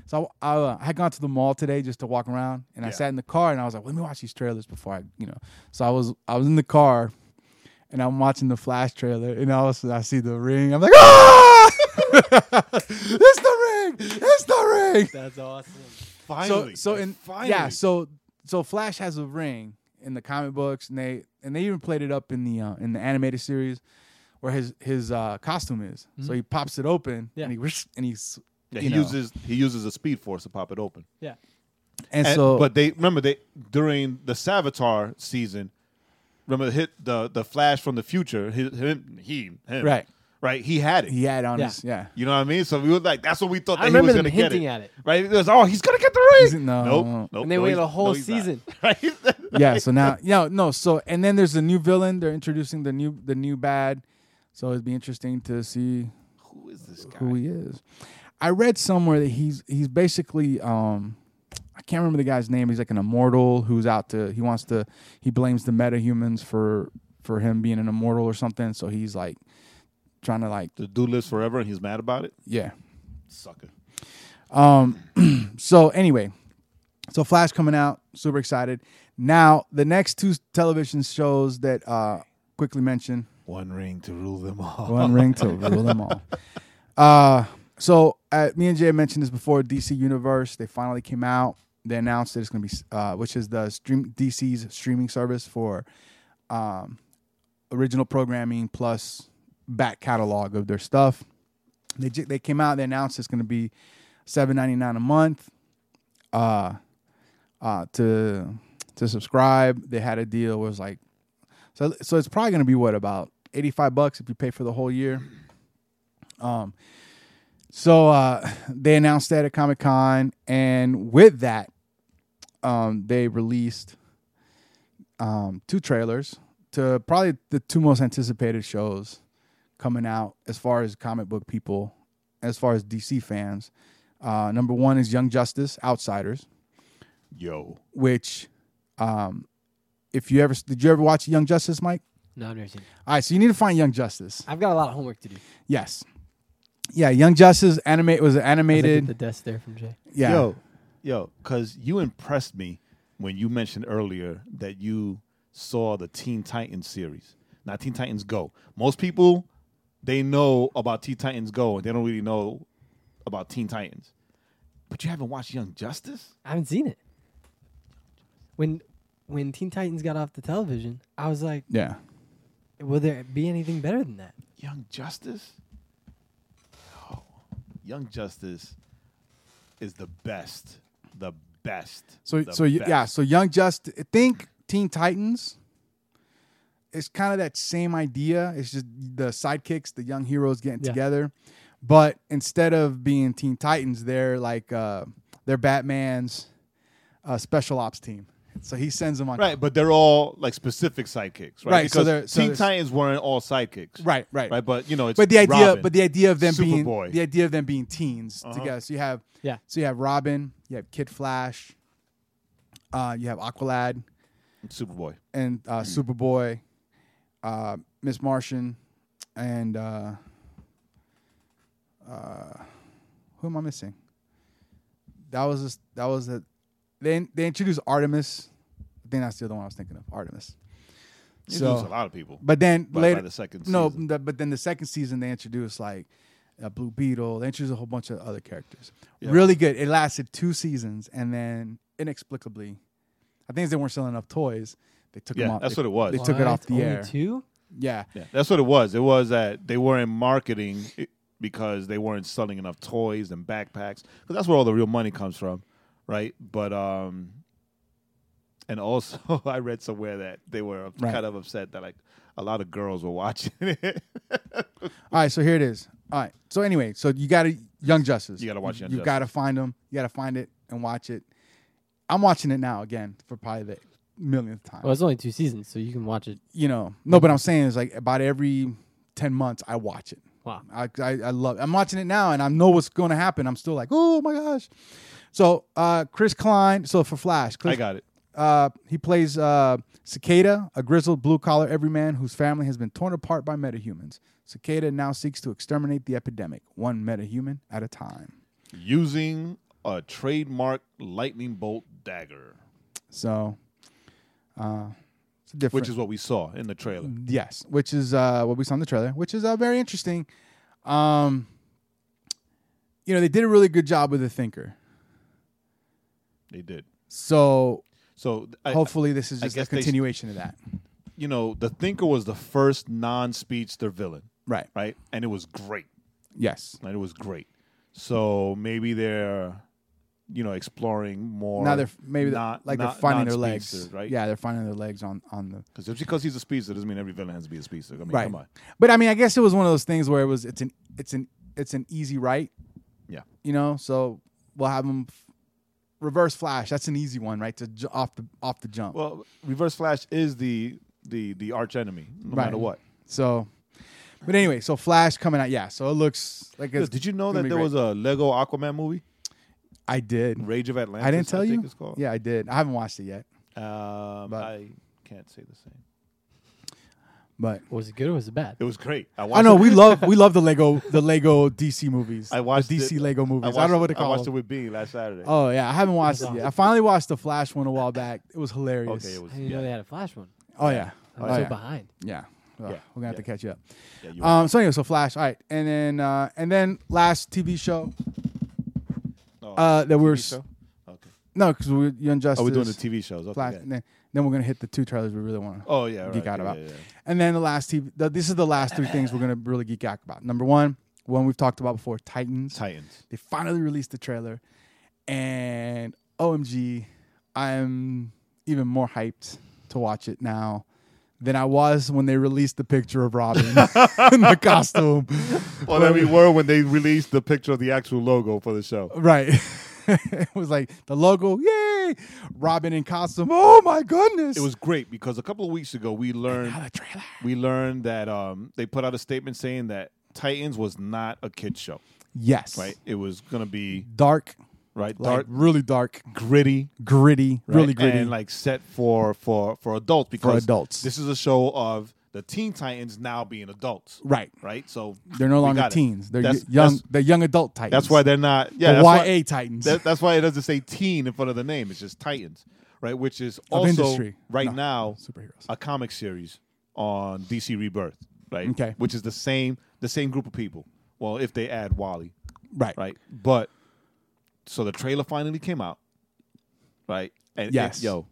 Speaker 1: So I, I, uh, I had gone to the mall today just to walk around, and I
Speaker 2: Yeah.
Speaker 1: sat in the car and I was like, let me watch these trailers before I, you know. So I was I was in the car, and I'm watching the Flash trailer, and all of a sudden I see the ring. I'm like, ah! [LAUGHS] it's the ring! It's the ring!
Speaker 3: That's awesome.
Speaker 2: Finally.
Speaker 1: So, so
Speaker 2: Like,
Speaker 1: in
Speaker 2: finally.
Speaker 1: yeah, so so Flash has a ring in the comic books, and they and they even played it up in the uh, in the animated series where his his uh, costume is. So he pops it open,
Speaker 3: Yeah.
Speaker 1: and he whoosh, and he's
Speaker 2: Mm-hmm. Yeah,
Speaker 1: you
Speaker 2: he
Speaker 1: know.
Speaker 2: uses he uses a speed force to pop it open.
Speaker 3: Yeah.
Speaker 1: and,
Speaker 2: And-
Speaker 1: so
Speaker 2: but they remember they during the Savitar season, remember hit the the Flash from the future. He, him, he, him,
Speaker 1: Right.
Speaker 2: right. He had it.
Speaker 1: He had on
Speaker 3: Yeah.
Speaker 1: his yeah.
Speaker 2: You know what I mean? So we were like, that's what we thought
Speaker 3: I
Speaker 2: that he was
Speaker 3: remember
Speaker 2: going to
Speaker 3: them
Speaker 2: get
Speaker 3: hinting
Speaker 2: it.
Speaker 3: at it.
Speaker 2: Right? It was, oh, he's going to get the
Speaker 1: He's-
Speaker 2: ring.
Speaker 1: no,
Speaker 2: nope,
Speaker 1: no.
Speaker 2: nope,
Speaker 3: And they
Speaker 2: no,
Speaker 3: waited
Speaker 2: he's-
Speaker 3: a whole
Speaker 2: no, he's not.
Speaker 3: season.
Speaker 2: [LAUGHS]
Speaker 3: [LAUGHS]
Speaker 2: Right?
Speaker 1: yeah.
Speaker 2: [LAUGHS]
Speaker 1: So now, no, no. So and then there's the new villain. They're introducing the new the new bad. So it'd be interesting to see
Speaker 2: Who is this guy?
Speaker 1: who he is. I read somewhere that he's he's basically um I can't remember the guy's name. He's like an immortal who's out to he wants to he blames the metahumans for for him being an immortal or something. So he's like trying to like
Speaker 2: The dude lives forever and he's mad about it?
Speaker 1: yeah. Um,
Speaker 2: Sucker.
Speaker 1: [CLEARS THROAT] So anyway, so Flash coming out, super excited. Now the next two television shows that uh quickly mentioned
Speaker 2: One ring to rule them all.
Speaker 1: one ring to rule them all. Uh, so uh, me and Jay mentioned this before. DC Universe they finally came out. They announced that it's going to be, uh, which is the stream DC's streaming service for um, original programming plus back catalog of their stuff. They ju- they came out. They announced it's going to be seven ninety nine a month. Uh, uh, to to subscribe, they had a deal where it was like so so it's probably going to be what about 85 bucks if you pay for the whole year. Um so uh they announced that at Comic-Con and with that um they released um two trailers to probably the two most anticipated shows coming out as far as comic book people, as far as DC fans. Uh number 1 is Young Justice Outsiders,
Speaker 2: Yo.
Speaker 1: which um if you ever did you ever watch Young Justice, Mike?
Speaker 3: No, I've never seen it.
Speaker 1: All right, so you need to find Young Justice.
Speaker 3: I've got a lot of homework to do.
Speaker 1: Yes. Yeah, Young Justice animate was
Speaker 3: I get
Speaker 1: animated.
Speaker 3: the desk there from Jay.
Speaker 1: yeah.
Speaker 2: Yo, yo, because you impressed me when you mentioned earlier that you saw the Teen Titans series, not Teen Titans Go. Most people, they know about Teen Titans Go and they don't really know about Teen Titans. But you haven't watched Young Justice?
Speaker 3: I haven't seen it. When when Teen Titans got off the television, I was like,
Speaker 1: Yeah.
Speaker 3: will there be anything better than that?
Speaker 2: Young Justice? Oh, Young Justice is the best. The best.
Speaker 1: So
Speaker 2: the
Speaker 1: so you,
Speaker 2: best.
Speaker 1: yeah, so Young Justice think Teen Titans. It's kind of that same idea. It's just the sidekicks, the young heroes getting
Speaker 3: Yeah.
Speaker 1: together. But instead of being Teen Titans, they're like uh they're Batman's uh, special ops team. So he sends them on
Speaker 2: Right, but they're all like specific sidekicks, right?
Speaker 1: Right, so
Speaker 2: Because
Speaker 1: they're- so
Speaker 2: Teen
Speaker 1: there's-
Speaker 2: Titans weren't all sidekicks,
Speaker 1: Right, right.
Speaker 2: Right, but you know, it's
Speaker 1: but the idea,
Speaker 2: Robin.
Speaker 1: but the idea of them being
Speaker 2: Superboy. Uh-huh.
Speaker 1: the idea of them being teens together. So you have,
Speaker 3: Yeah.
Speaker 1: So you have Robin, you have Kid Flash, uh, you have Aqualad
Speaker 2: Superboy.
Speaker 1: and uh,
Speaker 2: Mm.
Speaker 1: Superboy, uh, Miss Martian, and uh, uh, who am I missing? That was just, that was the they they introduced Artemis. I think that's the other one I was thinking of, Artemis.
Speaker 2: It
Speaker 1: So-
Speaker 2: so, a lot of people.
Speaker 1: But then
Speaker 2: By- by
Speaker 1: later,
Speaker 2: the second
Speaker 1: no,
Speaker 2: season.
Speaker 1: the- but then the second season they introduced like a Blue Beetle. They introduced a whole bunch of other characters. Really good. It lasted two seasons, and then inexplicably, I think they weren't selling enough toys. They took
Speaker 2: Yeah,
Speaker 1: them off.
Speaker 2: that's
Speaker 1: they,
Speaker 2: what it was.
Speaker 1: They took it
Speaker 3: What?
Speaker 1: off the
Speaker 3: Only
Speaker 1: air.
Speaker 3: Two?
Speaker 1: Yeah,
Speaker 2: yeah, that's what it was. It was that they weren't marketing it because they weren't selling enough toys and backpacks. Because that's where all the real money comes from, right? But um, and also [LAUGHS] I read somewhere that they were
Speaker 1: Right.
Speaker 2: kind of upset that like a lot of girls were watching [LAUGHS] it.
Speaker 1: All right, so here it is. All right. So anyway, so you got to Young Justice.
Speaker 2: You gotta watch Young
Speaker 1: You
Speaker 2: Justice.
Speaker 1: got to find them. You got to find it and watch it. I'm watching it now again for probably the millionth time.
Speaker 3: Well, it's only two seasons, so you can watch it.
Speaker 1: you know, no, but I'm saying is like about every ten months I watch it.
Speaker 3: Wow.
Speaker 1: I, I, I love. I'm watching it now, and I know what's going to happen. I'm still like, oh my gosh. So uh, Chris Klein. So for Flash, Chris,
Speaker 2: I got it.
Speaker 1: Uh, he plays uh, Cicada, a grizzled blue collar everyman whose family has been torn apart by metahumans. Cicada now seeks to exterminate the epidemic, one metahuman at a time.
Speaker 2: Using a trademark lightning bolt dagger.
Speaker 1: So, uh, it's a different.
Speaker 2: which is what we saw in the trailer.
Speaker 1: Yes, which is uh, what we saw in the trailer, which is uh, very interesting. Um, you know, they did a really good job with the thinker.
Speaker 2: They did.
Speaker 1: So
Speaker 2: So I,
Speaker 1: hopefully, this is
Speaker 2: I
Speaker 1: just a
Speaker 2: guess they-
Speaker 1: continuation of that.
Speaker 2: you know, the Thinker was the first non-speedster villain,
Speaker 1: Right.
Speaker 2: right? And it was great.
Speaker 1: Yes.
Speaker 2: And it was great. So maybe they're you know, exploring more.
Speaker 1: now they're f- maybe they're-
Speaker 2: not-
Speaker 1: like
Speaker 2: not-
Speaker 1: they're finding their legs,
Speaker 2: non-speedsters, right?
Speaker 1: Yeah, they're finding their legs on on the
Speaker 2: Because just because he's a speedster doesn't mean every villain has to be a speedster. I mean,
Speaker 1: Right.
Speaker 2: come on.
Speaker 1: But I mean, I guess it was one of those things where it was it's an it's an it's an easy right.
Speaker 2: Yeah.
Speaker 1: You know, so we'll have them f- reverse flash. That's an easy one, right? To j- off the off the jump.
Speaker 2: Well, Reverse Flash is the the the arch enemy, no
Speaker 1: Right.
Speaker 2: matter what.
Speaker 1: so, but anyway, so Flash coming out. Yeah. So it looks like it's,
Speaker 2: Did you know
Speaker 1: gonna
Speaker 2: that
Speaker 1: be
Speaker 2: there
Speaker 1: great.
Speaker 2: was a Lego Aquaman movie,
Speaker 1: I did.
Speaker 2: Rage of Atlantis?
Speaker 1: I didn't tell
Speaker 2: think
Speaker 1: you.
Speaker 2: It's called.
Speaker 1: Yeah, I did. I haven't watched it yet,
Speaker 2: Um,
Speaker 1: But-
Speaker 2: I can't say the same.
Speaker 1: but
Speaker 3: Was it good or was it bad?
Speaker 2: It was great. I, watched
Speaker 1: I know
Speaker 2: it-
Speaker 1: we love we love the
Speaker 2: [LAUGHS]
Speaker 1: Lego the Lego DC movies.
Speaker 2: I watched
Speaker 1: the DC
Speaker 2: it-
Speaker 1: Lego movies. I,
Speaker 2: watched,
Speaker 1: don't know what to
Speaker 2: I
Speaker 1: call
Speaker 2: watched it
Speaker 1: them.
Speaker 2: with Bean last Saturday.
Speaker 1: Oh yeah, I haven't watched it
Speaker 3: awesome.
Speaker 1: yet. I finally watched the Flash one a while back. It was hilarious.
Speaker 2: okay. It was.
Speaker 3: I didn't know they
Speaker 2: Yeah,
Speaker 3: had a Flash one.
Speaker 1: Oh yeah.
Speaker 3: I'm
Speaker 1: Oh,
Speaker 3: so
Speaker 1: yeah.
Speaker 3: behind.
Speaker 1: Yeah. Ugh,
Speaker 2: Yeah,
Speaker 1: We're gonna have to
Speaker 2: yeah.
Speaker 1: catch you up.
Speaker 2: yeah, you were-
Speaker 1: Um so anyway, so Flash. All right. And then uh and then last TV show
Speaker 2: oh,
Speaker 1: uh that we were
Speaker 2: TV show?
Speaker 1: s-
Speaker 2: Okay.
Speaker 1: no, because we you unjustice.
Speaker 2: Oh, we're doing the TV shows. Okay.
Speaker 1: Flash
Speaker 2: yeah.
Speaker 1: and then, then we're gonna hit the two trailers we really want to
Speaker 2: Oh yeah, right.
Speaker 1: geek out
Speaker 2: yeah,
Speaker 1: about.
Speaker 2: yeah, yeah.
Speaker 1: And then the last TV the, this is the last three things we're gonna really geek out about. Number one, one we've talked about before, Titans.
Speaker 2: Titans.
Speaker 1: They finally released the trailer and OMG, I'm even more hyped to watch it now than I was when they released the picture of
Speaker 2: [LAUGHS]
Speaker 1: Robin in the costume.
Speaker 2: [LAUGHS] Well, then we were when they released the picture of the actual logo for the show.
Speaker 1: Right. [LAUGHS] it was like the logo, yay! Robin in costume. Oh my goodness.
Speaker 2: It was great because a couple of weeks ago we learned
Speaker 1: the trailer.
Speaker 2: we learned that um, they put out a statement saying that Titans was not a kids show.
Speaker 1: Yes.
Speaker 2: Right, it was gonna be
Speaker 1: Dark.
Speaker 2: right
Speaker 1: Dark.
Speaker 2: dark,
Speaker 1: really dark.
Speaker 2: gritty,
Speaker 1: Gritty.
Speaker 2: right?
Speaker 1: Really gritty.
Speaker 2: and like set for for for adults because
Speaker 1: adults.
Speaker 2: This is a show of the Teen Titans now being adults,
Speaker 1: right.
Speaker 2: right? So
Speaker 1: They're no
Speaker 2: we
Speaker 1: longer
Speaker 2: got it.
Speaker 1: teens. They're
Speaker 2: That's-
Speaker 1: y- young
Speaker 2: That's,
Speaker 1: they're young adult titans.
Speaker 2: that's why they're not.
Speaker 1: the
Speaker 2: Yeah,
Speaker 1: YA
Speaker 2: that's why-
Speaker 1: titans.
Speaker 2: That, that's why it doesn't say teen in front of the name. It's just Titans, right? Which is also
Speaker 1: industry.
Speaker 2: right
Speaker 1: No.
Speaker 2: now
Speaker 1: Superheroes.
Speaker 2: a comic series on DC Rebirth, right?
Speaker 1: Okay.
Speaker 2: Which is the same the same group of people. Well, if they add Wally,
Speaker 1: right.
Speaker 2: right? But so the trailer finally came out, right? And it-
Speaker 1: Yes.
Speaker 2: yo,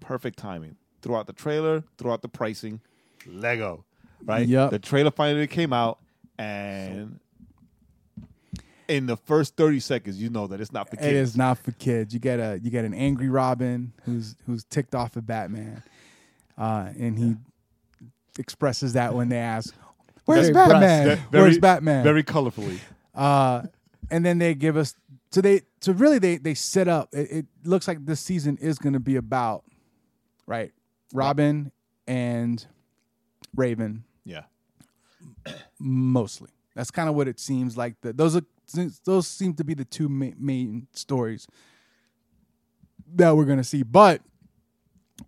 Speaker 2: perfect timing throughout the trailer, throughout the pricing, Lego, right?
Speaker 1: Yep.
Speaker 2: The trailer finally came out, and in the first thirty seconds, you know that it's not for kids.
Speaker 1: It is not for kids. You get a you get an angry Robin who's who's ticked off at Batman, uh, and he expresses that when they ask, "Where's
Speaker 3: Very
Speaker 1: Batman?
Speaker 2: Ve-
Speaker 1: Where's Batman?"
Speaker 2: Very colorfully.
Speaker 1: uh, and then they give us so they so really they they set up. It, it looks like this season is going to be about right Robin and Raven
Speaker 2: Yeah.
Speaker 1: mostly. That's kind of what it seems like. The, those are those seem to be the two ma- main stories that we're gonna see. But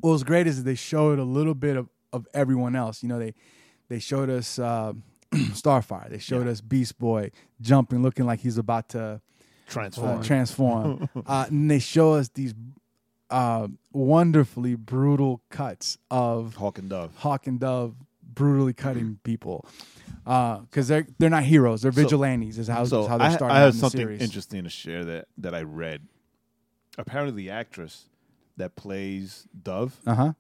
Speaker 1: what was great is that they showed a little bit of, of everyone else. You know, they they showed us uh, [CLEARS THROAT] Starfire. They showed us Beast Boy jumping, looking like he's about to
Speaker 2: Transform.
Speaker 1: uh, transform. uh, and they show us these uh, wonderfully brutal cuts of
Speaker 2: Hawk and Dove.
Speaker 1: Hawk and Dove brutally
Speaker 2: Mm-hmm.
Speaker 1: cutting people because they're they're not heroes; they're vigilantes. is how
Speaker 2: So
Speaker 1: is how
Speaker 2: I,
Speaker 1: they're starting
Speaker 2: I
Speaker 1: out
Speaker 2: have
Speaker 1: in the
Speaker 2: something
Speaker 1: series.
Speaker 2: interesting to share that that I read. Apparently, the actress that plays Dove
Speaker 1: Uh huh.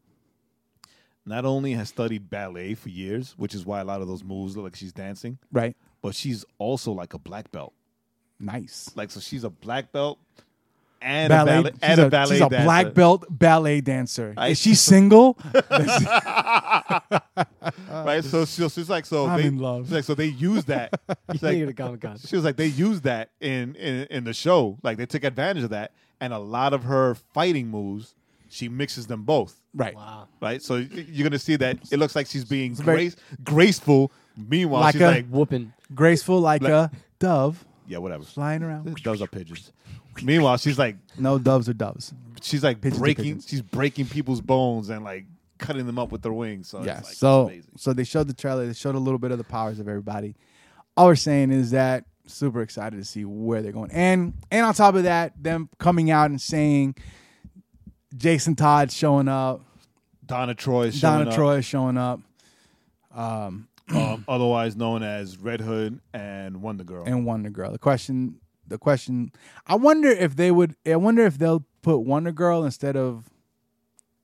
Speaker 2: not only has studied ballet for years, which is why a lot of those moves look like she's dancing,
Speaker 1: Right.
Speaker 2: but she's also like a black belt.
Speaker 1: Nice.
Speaker 2: Like so, she's a black belt and
Speaker 1: Ballet.
Speaker 2: a ballet
Speaker 1: she's
Speaker 2: and
Speaker 1: a,
Speaker 2: a, ballet
Speaker 1: she's a
Speaker 2: dancer.
Speaker 1: black belt ballet dancer.
Speaker 2: I-
Speaker 1: is she single?
Speaker 2: [LAUGHS] right? So she's, she's like, so
Speaker 1: I'm
Speaker 2: they,
Speaker 1: in love.
Speaker 2: she's like, so they use
Speaker 1: [LAUGHS]
Speaker 2: that.
Speaker 3: [LAUGHS]
Speaker 2: She's
Speaker 3: Take it to
Speaker 2: like, [LAUGHS]
Speaker 3: Comic Con.
Speaker 2: she was like, they used that in, in in the show. Like they took advantage of that, and a lot of her fighting moves, she mixes them both.
Speaker 1: right.
Speaker 3: Wow.
Speaker 2: Right, so y- you're gonna see that it looks like she's being
Speaker 1: very-
Speaker 2: grace, graceful. Meanwhile,
Speaker 1: Like
Speaker 2: she's
Speaker 1: a-
Speaker 2: like,
Speaker 3: Whooping.
Speaker 1: Graceful like
Speaker 2: Like-
Speaker 1: a dove
Speaker 2: yeah, whatever.
Speaker 1: flying
Speaker 2: [LAUGHS]
Speaker 1: around.
Speaker 2: Doves are pigeons. Meanwhile, she's like
Speaker 1: No doves are doves.
Speaker 2: she's like
Speaker 1: Pigeons are
Speaker 2: breaking
Speaker 1: pigeons.
Speaker 2: she's breaking people's bones and like cutting them up with their wings. So
Speaker 1: Yeah.
Speaker 2: Oh, it's like,
Speaker 1: so
Speaker 2: it's amazing.
Speaker 1: so they showed the trailer. They showed a little bit of the powers of everybody. All we're saying is that super excited to see where they're going, and and on top of that, them coming out and saying Jason Todd showing up,
Speaker 2: Donna Troy, is showing
Speaker 1: Donna
Speaker 2: up,
Speaker 1: Troy showing up,
Speaker 2: um, otherwise known as Red Hood and Wonder Girl.
Speaker 1: and Wonder Girl. The question, the question, I wonder if they would. I wonder if they'll put Wonder Girl instead of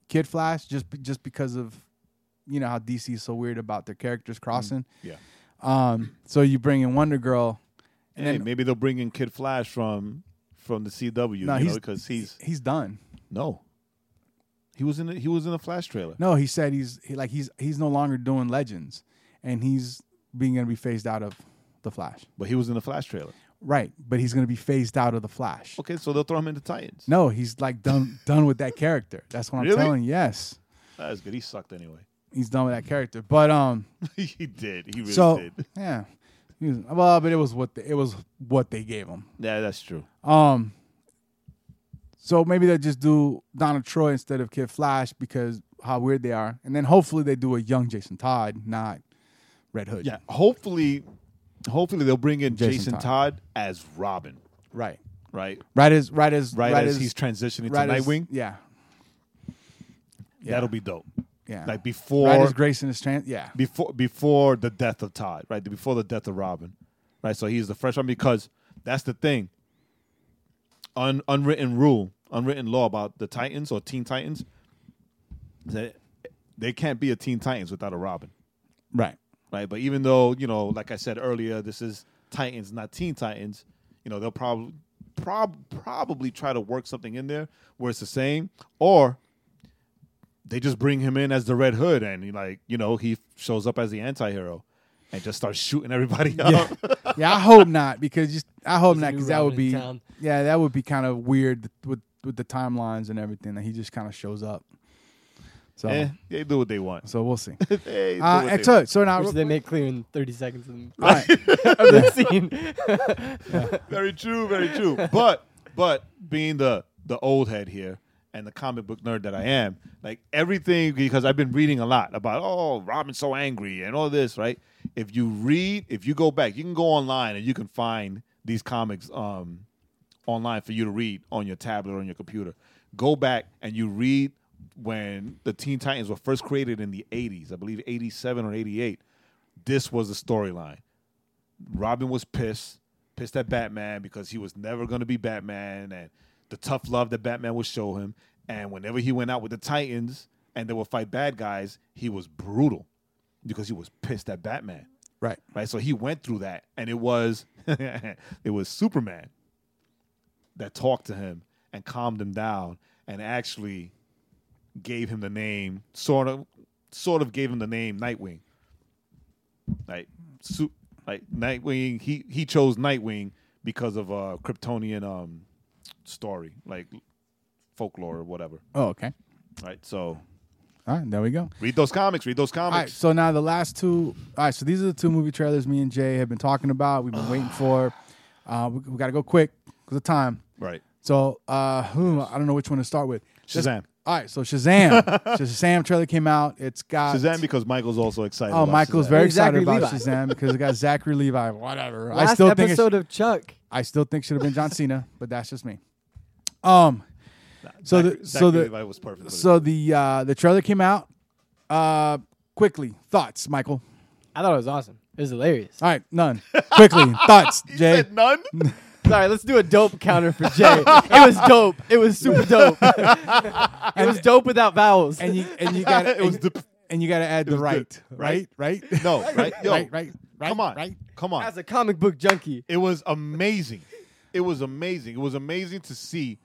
Speaker 1: Kid Flash, just be- just because of you know how DC is so weird about their
Speaker 2: Mm.
Speaker 1: characters crossing.
Speaker 2: yeah,
Speaker 1: Um, so you bring in Wonder Girl.
Speaker 2: and hey, maybe they'll bring in Kid Flash from from the CW,
Speaker 1: No,
Speaker 2: you know,
Speaker 1: he's-
Speaker 2: because he's
Speaker 1: He's done.
Speaker 2: no. He was in a, he was in a Flash trailer.
Speaker 1: No, he said he's he, like he's he's no longer doing Legends, and he's being gonna be phased out of the Flash.
Speaker 2: But he was in the Flash trailer.
Speaker 1: Right, but he's gonna be phased out of the Flash.
Speaker 2: Okay, so they'll throw him into Titans.
Speaker 1: No, he's like done done with that character. That's what I'm
Speaker 2: Really?
Speaker 1: telling. you. Yes,
Speaker 2: That's good. He sucked anyway. [LAUGHS]
Speaker 1: he's done with that character. But um,
Speaker 2: he did. He really
Speaker 1: so
Speaker 2: did.
Speaker 1: yeah, He was- well, but it was what the, it was what they gave him.
Speaker 2: Yeah, that's true.
Speaker 1: Um, so maybe they just do Donald Troy instead of Kid Flash because how weird they are, and then hopefully they do a young Jason Todd, not Red Hood.
Speaker 2: Yeah, hopefully, hopefully they'll bring in
Speaker 1: Jason
Speaker 2: Jason,
Speaker 1: Todd.
Speaker 2: Todd. as Robin,
Speaker 1: right,
Speaker 2: right?
Speaker 1: right as right as
Speaker 2: Right, as, he's transitioning
Speaker 1: right
Speaker 2: to
Speaker 1: as-
Speaker 2: Nightwing.
Speaker 1: Yeah,
Speaker 2: That'll be dope.
Speaker 1: yeah.
Speaker 2: Like before,
Speaker 1: right as Grayson is trans. Yeah,
Speaker 2: before before the death of Todd, right? Before the death of Robin, right? So he's the fresh one because that's the thing. Un, unwritten rule, unwritten law about the Titans or Teen Titans, that they can't be a Teen Titans without a Robin,
Speaker 1: right.
Speaker 2: right? But even though you know, like I said earlier, this is Titans, not Teen Titans. You know, they'll probably prob- probably try to work something in there where it's the same or. They just bring him in as the Red Hood, and he like you know he shows up as the anti-hero and just starts shooting everybody [LAUGHS] up.
Speaker 1: Yeah, I hope not because just I hope
Speaker 3: There's a
Speaker 1: not
Speaker 3: new
Speaker 1: because that
Speaker 3: Robin
Speaker 1: would
Speaker 3: in
Speaker 1: be
Speaker 3: town.
Speaker 1: yeah that would be kind of weird with with the timelines and everything that he just kind of shows up. So
Speaker 2: Eh, they do what they want.
Speaker 1: so we'll
Speaker 2: [LAUGHS]
Speaker 1: see.
Speaker 2: They do
Speaker 1: Uh,
Speaker 2: what
Speaker 1: and
Speaker 2: they want.
Speaker 1: so so now
Speaker 3: Which they make clear in 30 seconds of the,
Speaker 1: all right.
Speaker 3: of the [LAUGHS] scene.
Speaker 2: Very true, very true. but but being the the old head here and the comic book nerd that I am, like everything because I've been reading a lot about oh Robin's so angry and all this, right? If you read, if you go back, you can go online and you can find these comics um online for you to read on your tablet or on your computer. Go back and you read when the Teen Titans were first created in the 80s, I believe 87 or 88. This was the storyline. Robin was pissed, pissed at Batman because he was never going to be Batman and the tough love that Batman would show him. And whenever he went out with the Titans and they would fight bad guys, he was brutal because he was pissed at Batman.
Speaker 1: right.
Speaker 2: Right? So he went through that and it was [LAUGHS] it was Superman that talked to him and calmed him down and actually gave him the name sort of sort of gave him the name Nightwing. Like su- like Nightwing he he chose Nightwing because of a Kryptonian um story, like folklore or whatever.
Speaker 1: Oh okay.
Speaker 2: Right? So
Speaker 1: All right, there we go.
Speaker 2: read those comics, read those
Speaker 1: All right,
Speaker 2: comics.
Speaker 1: so now the last two. All right, so these are the two movie trailers me and Jay have been talking about. We've been waiting for. Uh, we, we got to go quick because of time.
Speaker 2: Right.
Speaker 1: So uh, hmm, I don't know which one to start with. Let's-
Speaker 2: Shazam.
Speaker 1: all right, so Shazam.
Speaker 2: [LAUGHS]
Speaker 1: Shazam trailer came out. It's got
Speaker 2: Shazam because Michael's also excited.
Speaker 1: Oh,
Speaker 2: about
Speaker 1: Michael's
Speaker 2: Shazam.
Speaker 1: very
Speaker 3: Who's
Speaker 1: excited
Speaker 3: Zachary
Speaker 1: about
Speaker 3: Levi?
Speaker 1: Shazam because it got Zachary Levi. Whatever.
Speaker 3: Last
Speaker 1: I still think it
Speaker 3: episode
Speaker 1: should,
Speaker 3: of Chuck.
Speaker 1: I still think should have been John Cena, but that's just me. Um, so
Speaker 2: Zach-
Speaker 1: the
Speaker 2: Zach
Speaker 1: so the
Speaker 2: Levi was perfect. for
Speaker 1: so the uh, the trailer came out. Uh, quickly thoughts, Michael.
Speaker 3: I thought it was awesome. It was hilarious.
Speaker 1: All right, none.
Speaker 2: [LAUGHS]
Speaker 1: Quickly thoughts,
Speaker 2: this.
Speaker 1: Jay.
Speaker 2: Said none.
Speaker 3: [LAUGHS]
Speaker 1: [LAUGHS]
Speaker 3: Sorry, let's do a dope counter for Jay. it was dope. It was super [LAUGHS] dope. it was dope without vowels.
Speaker 1: And you and you got
Speaker 2: [LAUGHS] it was
Speaker 1: and,
Speaker 2: the
Speaker 1: and you got to add the
Speaker 2: was
Speaker 1: right,
Speaker 2: the-
Speaker 1: right, right,
Speaker 2: [LAUGHS] no right. Yo,
Speaker 1: right, right, right.
Speaker 2: Come on,
Speaker 1: right.
Speaker 2: Come on.
Speaker 3: As a comic book junkie,
Speaker 2: It was amazing. It was amazing. It was amazing to see.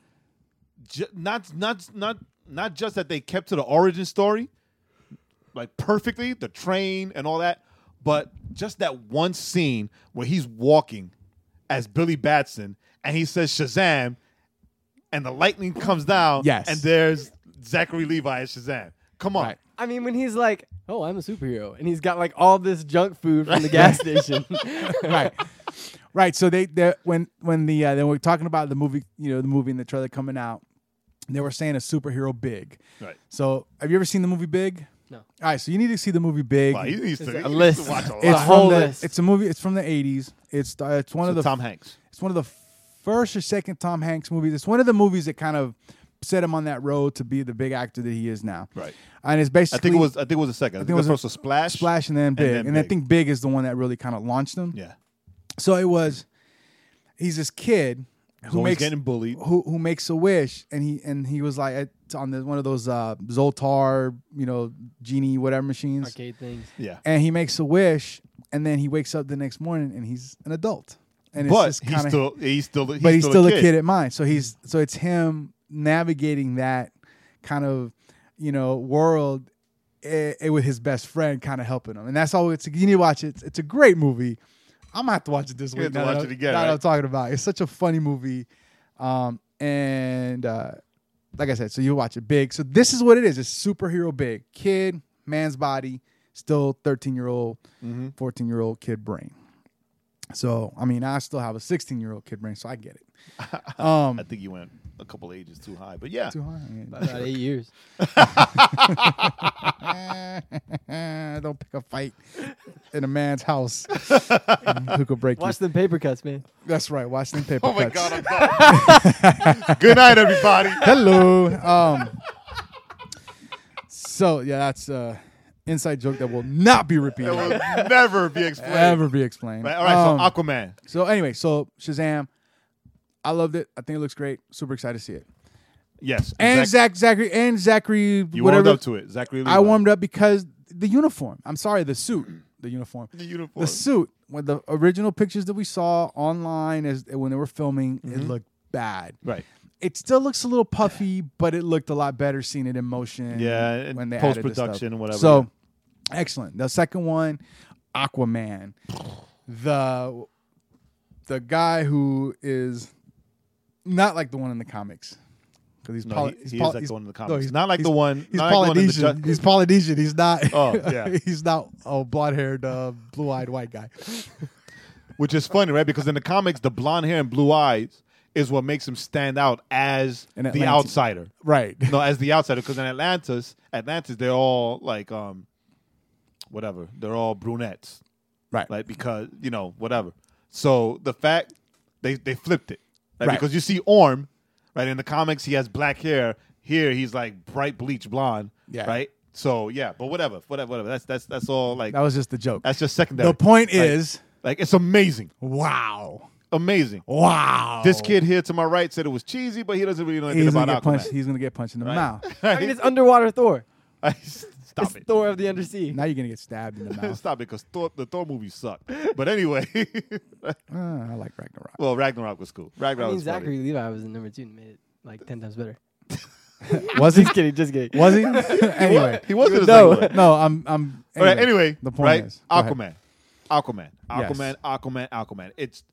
Speaker 2: Ju- not not not not just that they kept to the origin story, like perfectly the train and all that, but just that one scene where he's walking as Billy Batson and he says Shazam, and the lightning comes down.
Speaker 1: Yes.
Speaker 2: and there's Zachary Levi as Shazam. Come on.
Speaker 1: Right.
Speaker 3: I mean, when he's like, "Oh, I'm a superhero," and he's got like all this junk food from the gas [LAUGHS] station.
Speaker 1: [LAUGHS] right, right. So they, they when when the uh, they were talking about the movie, you know, the movie and the trailer coming out. They were saying a superhero big.
Speaker 2: Right.
Speaker 1: So have you ever seen the movie Big?
Speaker 3: No.
Speaker 1: All right, so you need to see the movie Big.
Speaker 2: Wow, he needs to,
Speaker 3: It's a
Speaker 2: he needs
Speaker 3: list.
Speaker 2: to watch a
Speaker 1: it's
Speaker 2: lot.
Speaker 3: The
Speaker 1: from
Speaker 3: whole
Speaker 1: the,
Speaker 3: list.
Speaker 1: It's a movie. It's from the '80s. It's uh, it's one
Speaker 2: So
Speaker 1: of the
Speaker 2: Tom Hanks.
Speaker 1: It's one of the first or second Tom Hanks movies. It's one of the movies that kind of set him on that road to be the big actor that he is now.
Speaker 2: Right.
Speaker 1: And it's basically
Speaker 2: I think it was. I think it was the second. I, think,
Speaker 1: it was a-
Speaker 2: the first was Splash.
Speaker 1: Splash and then Big. And,
Speaker 2: then
Speaker 1: I
Speaker 2: Big.
Speaker 1: think Big is the one that really kind of launched him.
Speaker 2: Yeah.
Speaker 1: So it was he's this kid who
Speaker 2: Who
Speaker 1: makes
Speaker 2: getting bullied?
Speaker 1: who who makes a wish and he and he was like at, on the, one of those uh, Zoltar, you know, genie whatever machines.
Speaker 3: Arcade things.
Speaker 2: Yeah.
Speaker 1: And he makes a wish and then he wakes up the next morning and he's an adult. and it's
Speaker 2: but
Speaker 1: just
Speaker 2: he's
Speaker 1: kind of
Speaker 2: still he's still he's
Speaker 1: but he's still
Speaker 2: a
Speaker 1: a kid. at mine. So he's so it's him navigating that kind of you know world eh, eh, with his best friend, kind of helping him. And that's all. It's you need to watch it. It's, it's a great movie. I'm gonna have to watch it this
Speaker 2: You
Speaker 1: week.
Speaker 2: have to
Speaker 1: now that
Speaker 2: watch
Speaker 1: I-
Speaker 2: it again,
Speaker 1: now that
Speaker 2: right?
Speaker 1: I'm talking about it. it's such a funny movie, um, and uh, like I said, so you watch it big. So this is what it is. It's superhero big kid, man's body, still 13 year old,
Speaker 2: Mm-hmm.
Speaker 1: 14 year old kid brain. So I mean, I still have a 16 year old kid brain, so I get it.
Speaker 2: [LAUGHS]
Speaker 1: Um,
Speaker 2: I think you went a couple ages too high, but yeah,
Speaker 1: too high. I mean,
Speaker 3: About eight years.
Speaker 1: eh, [LAUGHS] don't pick a fight in a man's house who could break
Speaker 3: Watch
Speaker 1: you.
Speaker 3: them paper cuts, man.
Speaker 1: That's right. Watch them paper
Speaker 2: [LAUGHS] Oh my
Speaker 1: cuts.
Speaker 2: god, I'm done.
Speaker 1: [LAUGHS]
Speaker 2: Good night, everybody.
Speaker 1: Hello. Um, so yeah, that's uh, inside joke that will not be
Speaker 2: It will
Speaker 1: repeated,
Speaker 2: never be explained.
Speaker 1: ever be explained.
Speaker 2: Right, all right,
Speaker 1: Um,
Speaker 2: so uh, Aquaman.
Speaker 1: So anyway, so Shazam, I loved it. I think it looks great. Super excited to see it.
Speaker 2: Yes,
Speaker 1: And Zach
Speaker 2: Zach-
Speaker 1: Zachary and Zachary
Speaker 2: you
Speaker 1: whatever.
Speaker 2: warmed up to it, Zachary. Levi.
Speaker 1: I warmed up because the uniform. I'm sorry, the suit, the uniform,
Speaker 2: the uniform.
Speaker 1: the suit. When the original pictures that we saw online as when they were filming, it looked bad.
Speaker 2: right.
Speaker 1: It still looks a little puffy, but it looked a lot better seeing it in motion.
Speaker 2: Yeah, and
Speaker 1: when they added this stuff.
Speaker 2: post-production, whatever,
Speaker 1: So excellent. The second one, Aquaman, the the guy who is not like the one in the comics. 'Cause He's
Speaker 2: No,
Speaker 1: poly-
Speaker 2: he-
Speaker 1: he's
Speaker 2: he
Speaker 1: poly-
Speaker 2: is like
Speaker 1: he's-
Speaker 2: the one in the
Speaker 1: no,
Speaker 2: comics.
Speaker 1: he's-
Speaker 2: Not like the
Speaker 1: he's-
Speaker 2: one-
Speaker 1: He's
Speaker 2: not like the one in the
Speaker 1: Polynesian.
Speaker 2: ju-
Speaker 1: he's Polynesian. He's not. [LAUGHS]
Speaker 2: Oh, yeah.
Speaker 1: he's not a blonde-haired, uh, blue-eyed white guy.
Speaker 2: Which is funny, right? Because in the comics, the blonde hair and blue eyes is what makes him stand out as
Speaker 1: An
Speaker 2: the
Speaker 1: Atlantean.
Speaker 2: outsider.
Speaker 1: Right.
Speaker 2: No, as the outsider, because in Atlantis, Atlantis, they're all like, um, whatever. They're all brunettes,
Speaker 1: Right.
Speaker 2: like because you know whatever. So the fact they they flipped it, like,
Speaker 1: Right.
Speaker 2: Because you see Orm, right? In the comics, he has black hair. Here, he's like bright bleach blonde,
Speaker 1: Yeah.
Speaker 2: right? So yeah, but whatever, whatever, whatever. That's that's that's all like
Speaker 1: That was just the joke.
Speaker 2: that's just secondary.
Speaker 1: The point
Speaker 2: Like-
Speaker 1: is,
Speaker 2: like it's amazing,
Speaker 1: wow,
Speaker 2: amazing.
Speaker 1: wow.
Speaker 2: This kid here to my right said it was cheesy, but he doesn't really know anything
Speaker 1: he's
Speaker 2: about
Speaker 1: gonna Oh. get
Speaker 2: Aquaman.
Speaker 1: punched. He's gonna get punched in the mouth.
Speaker 2: [LAUGHS]
Speaker 3: I mean, it's underwater Thor.
Speaker 2: Stop
Speaker 3: It's
Speaker 2: it.
Speaker 3: Thor of the undersea.
Speaker 1: Now you're gonna get stabbed in
Speaker 2: [LAUGHS]
Speaker 1: the mouth.
Speaker 2: Stop it, because Thor, the Thor movie sucked. But anyway, [LAUGHS]
Speaker 1: Uh, I like Ragnarok.
Speaker 2: well, Ragnarok was cool.
Speaker 3: I
Speaker 2: Ragnarok
Speaker 3: mean,
Speaker 2: was funny.
Speaker 3: Zachary Levi was in number two and made it like ten times better.
Speaker 1: Was he?
Speaker 3: [LAUGHS] Just kidding, just kidding.
Speaker 1: Was
Speaker 2: [LAUGHS]
Speaker 1: he? [LAUGHS] anyway,
Speaker 2: He wasn't a
Speaker 3: No.
Speaker 1: [LAUGHS]
Speaker 2: Zachary.
Speaker 1: no. I'm. I'm.
Speaker 2: All right. Anyway,
Speaker 1: the point
Speaker 2: right?
Speaker 1: is go ahead.
Speaker 2: Aquaman, Aquaman,
Speaker 1: Yes.
Speaker 2: Aquaman, Aquaman, Aquaman. It's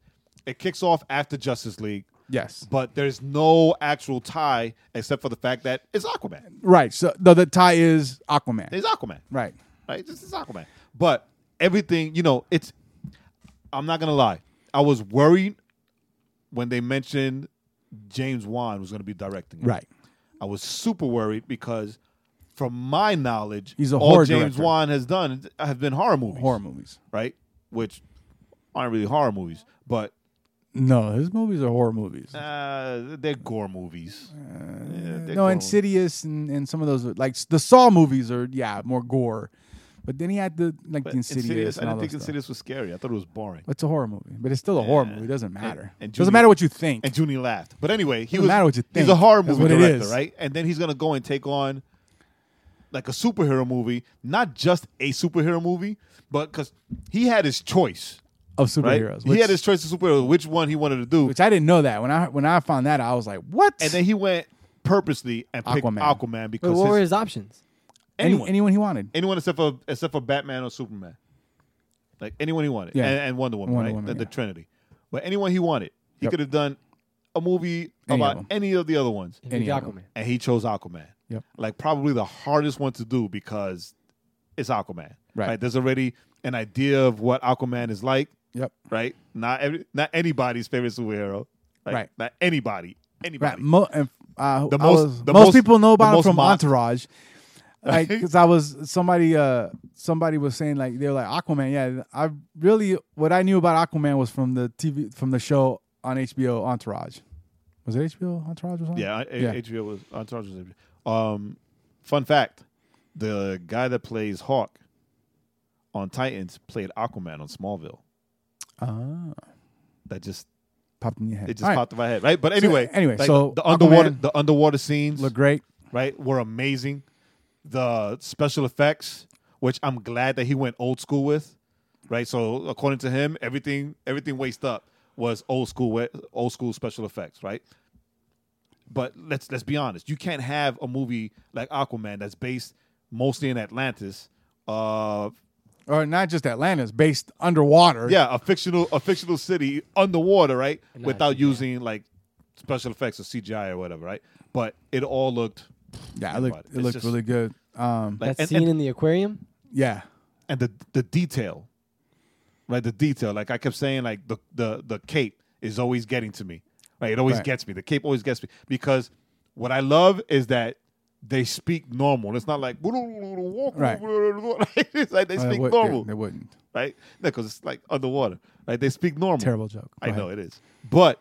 Speaker 2: it kicks off after Justice League,
Speaker 1: Yes.
Speaker 2: but there's no actual tie except for the fact that it's Aquaman.
Speaker 1: Right. So no, the tie is Aquaman.
Speaker 2: It's Aquaman.
Speaker 1: right.
Speaker 2: right? This is Aquaman. But everything, you know, it's. I'm not gonna lie. I was worried when they mentioned James Wan was gonna be directing. it.
Speaker 1: Right.
Speaker 2: I was super worried because, from my knowledge,
Speaker 1: He's a
Speaker 2: all
Speaker 1: horror
Speaker 2: James
Speaker 1: director.
Speaker 2: Wan has done have been horror movies,
Speaker 1: Horror movies.
Speaker 2: right? Which aren't really horror movies, but
Speaker 1: No, his movies are horror movies.
Speaker 2: uh, they're gore movies. Yeah, they're
Speaker 1: Uh, no,
Speaker 2: gore
Speaker 1: Insidious and, and some of those are- like s- the Saw movies are yeah more gore, but then he had the like
Speaker 2: But
Speaker 1: the Insidious.
Speaker 2: Insidious, I
Speaker 1: and all
Speaker 2: didn't think
Speaker 1: those stuff.
Speaker 2: Insidious was scary. I thought it was boring.
Speaker 1: It's a horror movie, but it's still a horror movie. It doesn't matter.
Speaker 2: and
Speaker 1: doesn't
Speaker 2: Judy-
Speaker 1: matter what you think.
Speaker 2: And Junie laughed. But anyway, he
Speaker 1: Doesn't
Speaker 2: was
Speaker 1: matter what you
Speaker 2: he's a
Speaker 1: think.
Speaker 2: horror
Speaker 1: That's
Speaker 2: movie
Speaker 1: what it
Speaker 2: director,
Speaker 1: is.
Speaker 2: right? And then he's gonna go and take on like a superhero movie, not just a superhero movie, but because he had his choice,
Speaker 1: of
Speaker 2: right?
Speaker 1: superheroes.
Speaker 2: he had his choice of superheroes, which one he wanted to do,
Speaker 1: which I didn't know that when I when I found that out, I was like, what?
Speaker 2: and then he went purposely and picked
Speaker 1: Aquaman.
Speaker 2: Aquaman,
Speaker 3: Wait,
Speaker 2: because
Speaker 3: what were
Speaker 2: his-
Speaker 3: his options?
Speaker 1: Any-
Speaker 2: anyone,
Speaker 1: anyone he wanted.
Speaker 2: anyone except for except for Batman or Superman, like anyone he wanted,
Speaker 1: Yeah.
Speaker 2: and, and Wonder Woman,
Speaker 1: Wonder
Speaker 2: right?
Speaker 1: Woman,
Speaker 2: the, the
Speaker 1: yeah.
Speaker 2: Trinity, but anyone he wanted, he
Speaker 1: Yep.
Speaker 2: could have done a movie
Speaker 1: Any of
Speaker 2: about
Speaker 1: them.
Speaker 2: any of the other ones.
Speaker 3: It'd
Speaker 1: Any
Speaker 3: be
Speaker 1: of them.
Speaker 3: Aquaman.
Speaker 2: and he chose Aquaman.
Speaker 1: Yep.
Speaker 2: Like probably the hardest one to do because it's Aquaman.
Speaker 1: Right.
Speaker 2: There's already an idea of what Aquaman is like.
Speaker 1: Yep.
Speaker 2: Right. Not every, not anybody's favorite superhero. Like,
Speaker 1: Right.
Speaker 2: Not anybody. Anybody.
Speaker 1: Right. Mo- and, uh,
Speaker 2: The
Speaker 1: I
Speaker 2: most-
Speaker 1: was-
Speaker 2: the
Speaker 1: most,
Speaker 2: most-
Speaker 1: people know
Speaker 2: the
Speaker 1: about him
Speaker 2: most
Speaker 1: from
Speaker 2: mocked.
Speaker 1: Entourage.
Speaker 2: [LAUGHS]
Speaker 1: Like,
Speaker 2: Right.
Speaker 1: because I was somebody, uh, somebody was saying like they were like Aquaman. Yeah, I really what I knew about Aquaman was from the TV from the show on HBO Entourage. Was it HBO Entourage or something?
Speaker 2: Yeah. A-
Speaker 1: Yeah.
Speaker 2: HBO was Entourage was HBO. Um, fun fact: the guy that plays Hawk on Titans played Aquaman on Smallville.
Speaker 1: Ah,
Speaker 2: That just
Speaker 1: popped in your head.
Speaker 2: it just
Speaker 1: All right.
Speaker 2: popped in my head. Right. But anyway.
Speaker 1: anyway,
Speaker 2: like,
Speaker 1: so
Speaker 2: the underwater
Speaker 1: Aquaman-
Speaker 2: the underwater scenes
Speaker 1: Look great.
Speaker 2: right, were amazing. The special effects, which I'm glad that he went old school with, right? So according to him, everything everything waist up was old school we- old school special effects, right? But let's let's be honest. You can't have a movie like Aquaman that's based mostly in Atlantis. Uh,
Speaker 1: or not just Atlanta, it's based underwater.
Speaker 2: yeah, a fictional a fictional city underwater, right?
Speaker 3: And not
Speaker 2: Without
Speaker 3: CGI.
Speaker 2: using like special effects or CGI or whatever, right? But it all looked
Speaker 1: yeah, it looked,
Speaker 2: Underwater.
Speaker 1: it
Speaker 2: It's
Speaker 1: looked
Speaker 2: just-
Speaker 1: really good. Um,
Speaker 2: like
Speaker 3: That
Speaker 2: and-
Speaker 3: scene
Speaker 2: and-
Speaker 3: in the aquarium.
Speaker 1: yeah,
Speaker 2: and the the detail, right? The detail. Like I kept saying, like the the the cape is always getting to me. Right? It always
Speaker 1: Right.
Speaker 2: gets me. The cape always gets me because what I love is that they speak normal. It's not like
Speaker 1: Right.
Speaker 2: [LAUGHS] It's like they
Speaker 1: Uh,
Speaker 2: speak
Speaker 1: what-
Speaker 2: normal,
Speaker 1: They, they wouldn't.
Speaker 2: right? No, because it's like underwater. Right? They speak normal.
Speaker 1: Terrible joke.
Speaker 2: I
Speaker 1: Go
Speaker 2: know
Speaker 1: ahead.
Speaker 2: it is, but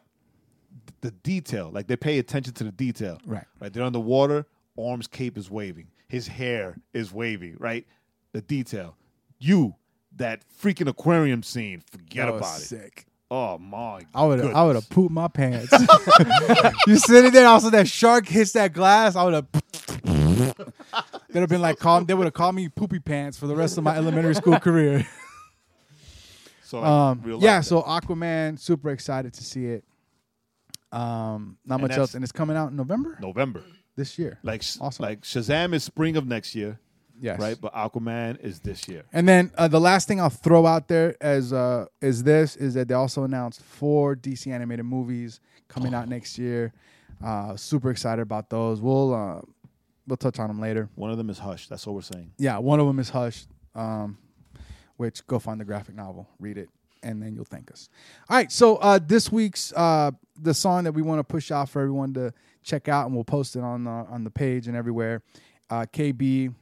Speaker 2: th- the detail, like they pay attention to the detail.
Speaker 1: Right.
Speaker 2: Right. They're underwater. Arm's cape is waving. His hair is waving. Right. The detail. You that freaking aquarium scene. Forget
Speaker 1: That was
Speaker 2: about it.
Speaker 1: Sick.
Speaker 2: Oh my.
Speaker 1: I would have I would
Speaker 2: goodness.
Speaker 1: have pooped my pants. [LAUGHS] you sitting there, also that shark hits that glass. I would have. [LAUGHS] They'd have been like, call, they would have called me poopy pants for the rest of my elementary
Speaker 2: [LAUGHS]
Speaker 1: school career.
Speaker 2: So
Speaker 1: Um, [LAUGHS]
Speaker 2: real life
Speaker 1: yeah,
Speaker 2: then.
Speaker 1: so Aquaman, super excited to see it. Um, not much
Speaker 2: that's-
Speaker 1: else, and it's coming out in November
Speaker 2: November.
Speaker 1: this year.
Speaker 2: Like sh-
Speaker 1: Awesome.
Speaker 2: like Shazam is spring of next year.
Speaker 1: Yes,
Speaker 2: Right. But Aquaman is this year.
Speaker 1: And then uh, the last thing I'll throw out there as uh, is this is that they also announced four DC animated movies coming out next year. Uh, super excited about those. We'll uh, we'll touch on them later.
Speaker 2: One of them is Hush. That's all we're saying.
Speaker 1: Yeah, one of them is Hush, um, which go find the graphic novel, read it, and then you'll thank us. All right, so uh, this week's uh, the song that we want to push out for everyone to check out, and we'll post it on the on the page and everywhere. Uh, KB,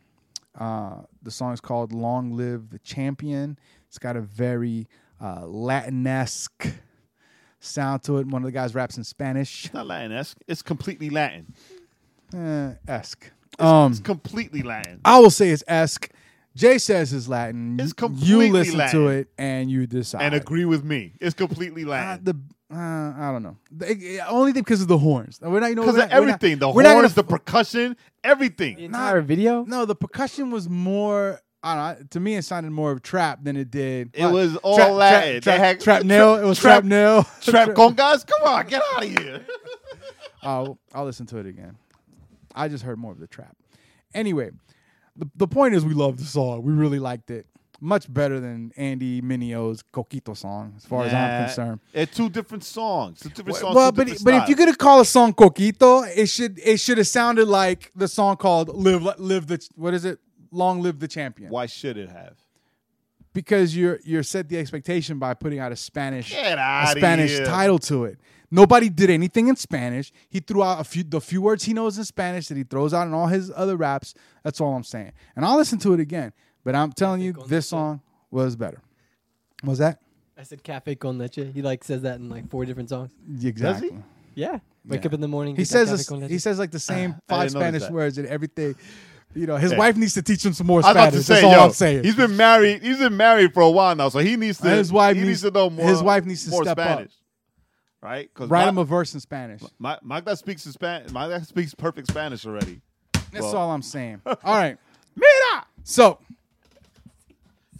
Speaker 1: uh, the song is called "Long Live the Champion." It's got a very uh, Latinesque sound to it. One of the guys raps in Spanish,
Speaker 2: It's not Latin esque. It's completely Latin.
Speaker 1: eh, esque. Um,
Speaker 2: It's completely Latin.
Speaker 1: I will say it's esque. Jay says it's Latin.
Speaker 2: It's
Speaker 1: you
Speaker 2: completely
Speaker 1: listen to
Speaker 2: Latin.
Speaker 1: it and you decide.
Speaker 2: and agree with me. It's completely
Speaker 1: Uh,
Speaker 2: Latin.
Speaker 1: the uh, I don't know. The- it- it- only because of the horns. We're not you know
Speaker 2: Because
Speaker 1: we're
Speaker 2: of
Speaker 1: not- we're not-
Speaker 2: everything, the
Speaker 1: we're not
Speaker 2: horns, the
Speaker 1: gonna-
Speaker 2: percussion,
Speaker 3: The
Speaker 2: everything.
Speaker 3: entire video.
Speaker 1: no, the percussion was more. I don't know, to me, it sounded more of trap than it did.
Speaker 2: It
Speaker 1: what?
Speaker 2: was all
Speaker 1: trap,
Speaker 2: Latin.
Speaker 1: Trap,
Speaker 2: They
Speaker 1: trap,
Speaker 2: had-
Speaker 1: trap
Speaker 2: tra-
Speaker 1: nail. It was trap,
Speaker 2: trap-
Speaker 1: nail.
Speaker 2: Trap congas, come on, get out of here.
Speaker 1: I'll, I'll listen to it again. I just heard more of the trap. Anyway, the, the point is we love the song. We really liked it. Much better than Andy Minio's Coquito song, as far as I'm concerned.
Speaker 2: They're two different songs. Two different songs.
Speaker 1: Well,
Speaker 2: two
Speaker 1: but,
Speaker 2: different
Speaker 1: but if you're
Speaker 2: styles.
Speaker 1: gonna call a song Coquito, it should it should have sounded like the song called "Live Live the What is it? Long Live the Champion."
Speaker 2: why should it have?
Speaker 1: Because you're you're set the expectation by putting out a Spanish
Speaker 2: Get
Speaker 1: a
Speaker 2: out
Speaker 1: Spanish
Speaker 2: here.
Speaker 1: title to it. Nobody did anything in Spanish. He threw out a few the few words he knows in Spanish that he throws out in all his other raps. That's all I'm saying. And I'll listen to it again. But I'm telling you, this song was better. Was that
Speaker 3: I said cafe con leche. He like says that in like four different songs.
Speaker 1: exactly?
Speaker 3: Yeah. Wake
Speaker 1: Yeah.
Speaker 3: up in the morning.
Speaker 1: He
Speaker 3: get that
Speaker 1: says
Speaker 3: cafe con
Speaker 1: this,
Speaker 3: leche.
Speaker 1: he says
Speaker 2: [SIGHS]
Speaker 1: like the same
Speaker 2: I
Speaker 1: five
Speaker 2: didn't notice
Speaker 1: Spanish
Speaker 2: that.
Speaker 1: words and everything. You know, his
Speaker 2: Hey.
Speaker 1: wife needs to teach him some more
Speaker 2: I was about
Speaker 1: Spanish.
Speaker 2: to say,
Speaker 1: That's all
Speaker 2: yo,
Speaker 1: I'm saying.
Speaker 2: he's been married. He's been married for a while now, so he needs to.
Speaker 1: And his wife
Speaker 2: he needs,
Speaker 1: needs-
Speaker 2: to know more.
Speaker 1: his wife needs to
Speaker 2: more
Speaker 1: step up.
Speaker 2: Spanish, right? Because
Speaker 1: Write him a verse in Spanish.
Speaker 2: my Magda speaks Spanish. Magda speaks perfect Spanish already.
Speaker 1: That's
Speaker 2: well-
Speaker 1: all I'm saying.
Speaker 2: [LAUGHS]
Speaker 1: All right.
Speaker 2: Mira.
Speaker 1: So,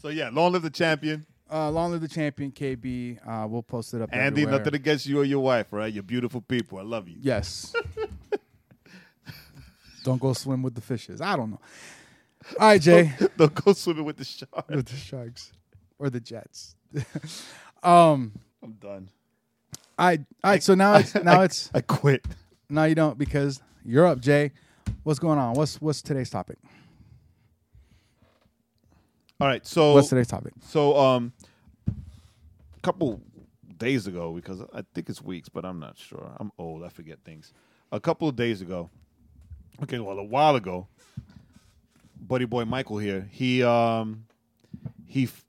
Speaker 2: So yeah, long live the champion.
Speaker 1: uh, long live the champion, KB. Uh, we'll post it up.
Speaker 2: Andy,
Speaker 1: everywhere.
Speaker 2: nothing against you or your wife, right? You're beautiful people. I love you.
Speaker 1: [LAUGHS] Yes. don't go swim with the fishes. I don't know. All right, Jay.
Speaker 2: [LAUGHS] Don't go swimming with the
Speaker 1: [LAUGHS]
Speaker 2: shark.
Speaker 1: with the sharks or the jets. [LAUGHS] um.
Speaker 2: I'm done.
Speaker 1: I. All right. So now it's [LAUGHS] now it's
Speaker 2: I quit.
Speaker 1: No, you don't because you're up, Jay. What's going on? What's what's today's topic?
Speaker 2: All right. So
Speaker 1: What's today's topic?
Speaker 2: so um, a couple days ago because I think it's weeks, but I'm not sure. I'm old. I forget things. A couple of days ago. Okay, well, a while ago, buddy boy Michael here. He um, he f-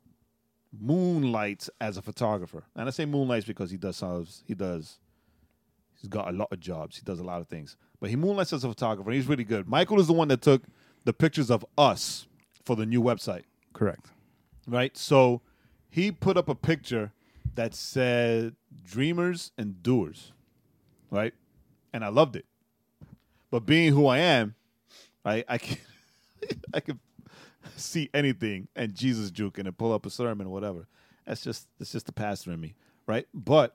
Speaker 2: moonlights as a photographer, and I say moonlights because he does some, he does He's got a lot of jobs. He does a lot of things. But he moonlights as a photographer. And he's really good. Michael is the one that took the pictures of us for the new website,
Speaker 1: Correct.
Speaker 2: right? So he put up a picture that said dreamers and doers, right? And I loved it. But being who I am, I I can [LAUGHS] I can see anything and Jesus juke and pull up a sermon or whatever. That's just that's just the pastor in me, right? But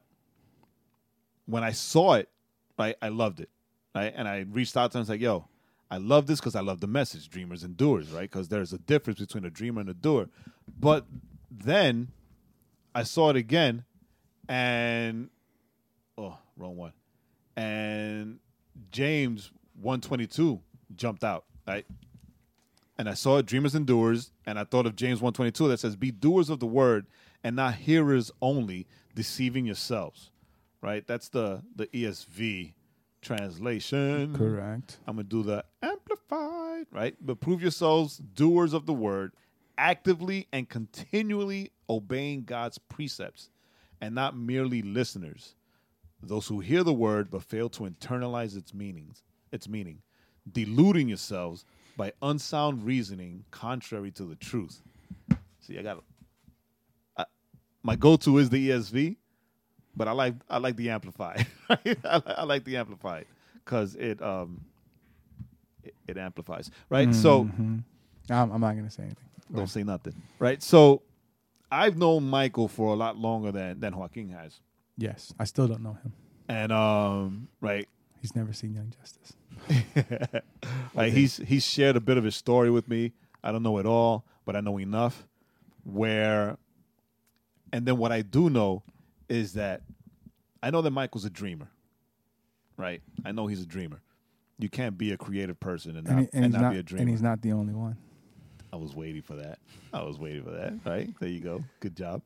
Speaker 2: when I saw it, right, I loved it, right, and I reached out to him and was like, "Yo, I love this because I love the message, dreamers and doers, right? Because there's a difference between a dreamer and a doer." But then I saw it again, and oh, wrong one, and James one twenty two jumped out, right, and I saw Dreamers and Doers, and I thought of James 122 that says, Be doers of the word and not hearers only, deceiving yourselves. Right? That's the, the ESV translation.
Speaker 1: Correct.
Speaker 2: I'm going to do the amplified, right? But prove yourselves doers of the word, actively and continually obeying God's precepts, and not merely listeners, those who hear the word but fail to internalize its meanings, its meaning, deluding yourselves by unsound reasoning contrary to the truth. See, I got I- my go-to is the ESV, but I like I like the amplified. [LAUGHS] I, I like the amplified because it um it, it amplifies, right? So
Speaker 1: I'm, I'm not gonna say anything.
Speaker 2: don't say nothing, Mm-hmm. right? So I've known Michael for a lot longer than than Joaquin has,
Speaker 1: Yes, I still don't know him.
Speaker 2: and um right
Speaker 1: He's never seen Young Justice.
Speaker 2: like he's he's shared a bit of his story with me. I don't know it all, but I know enough. Where, and then what I do know is that I know that Michael's a dreamer, right? I know he's a dreamer. You can't be a creative person and not
Speaker 1: And,
Speaker 2: and,
Speaker 1: he- and he's
Speaker 2: not,
Speaker 1: not,
Speaker 2: be a
Speaker 1: and
Speaker 2: dreamer.
Speaker 1: he's not the only one.
Speaker 2: I was waiting for that. I was waiting for that. Right there, you go. Good job.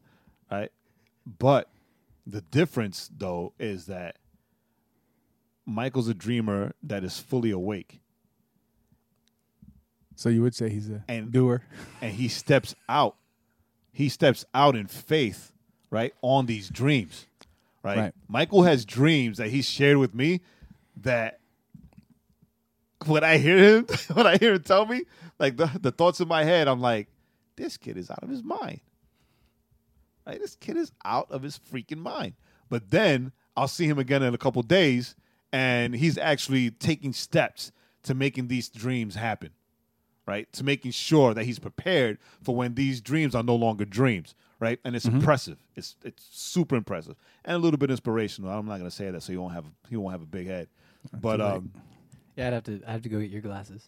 Speaker 2: All right, but the difference though is that Michael's a dreamer that is fully awake.
Speaker 1: So you would say he's a
Speaker 2: And-
Speaker 1: doer.
Speaker 2: and he steps out. He steps out in faith, right, on these dreams. Right?
Speaker 1: Right.
Speaker 2: Michael has dreams that he shared with me that when I hear him, [LAUGHS] when I hear him tell me, like the, the thoughts in my head, I'm like, this kid is out of his mind. Like, this kid is out of his freaking mind. But then I'll see him again in a couple days, and he's actually taking steps to making these dreams happen right? To making sure that he's prepared for when these dreams are no longer dreams, right? And
Speaker 1: Mm-hmm.
Speaker 2: it's impressive. It's it's super impressive and a little bit inspirational. I'm not gonna say that so you won't have he won't have a big head, but
Speaker 1: late.
Speaker 2: um,
Speaker 3: Yeah, I'd have to. I have to go get your glasses.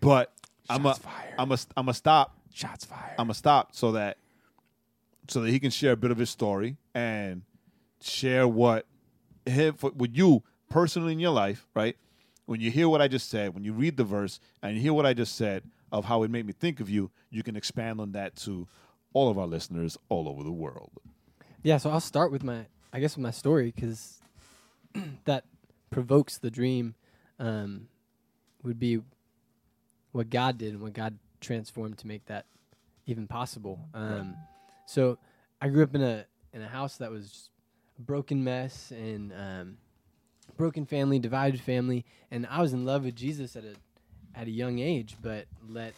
Speaker 2: but I'm a
Speaker 1: Shots fired.
Speaker 2: I'm a I'm a stop
Speaker 1: Shots fired.
Speaker 2: I'm gonna stop so that so that he can share a bit of his story and share what him for, with you personally in your life, right? When you hear what I just said, when you read the verse and you hear what I just said of how it made me think of you, you can expand on that to all of our listeners all over the world.
Speaker 3: yeah, so I'll start with my. I guess with my story because [CLEARS THROAT] that provokes the dream. Um, would be what God did and what God transformed to make that even possible. Um, so I grew up in a in a house that was just a broken mess and um, broken family, divided family, and I was in love with Jesus at a at a young age, but let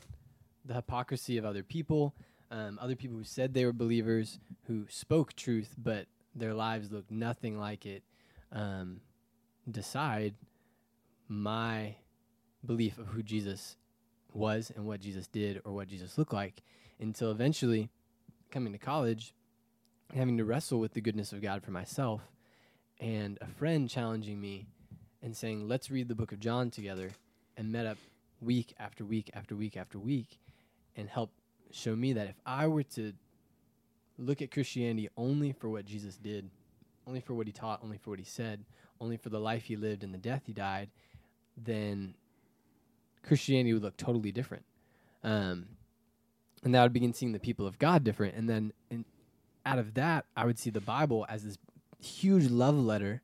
Speaker 3: the hypocrisy of other people, um, other people who said they were believers, who spoke truth, but their lives looked nothing like it, um, decide my belief of who Jesus was and what Jesus did or what Jesus looked like until eventually coming to college, having to wrestle with the goodness of God for myself, and a friend challenging me and saying, Let's read the book of John together, and met up week after week after week after week and help show me that if I were to look at Christianity only for what Jesus did, only for what he taught, only for what he said, only for the life he lived and the death he died, then Christianity would look totally different. Um, and that would begin seeing the people of God different. And then in, out of that, I would see the Bible as this huge love letter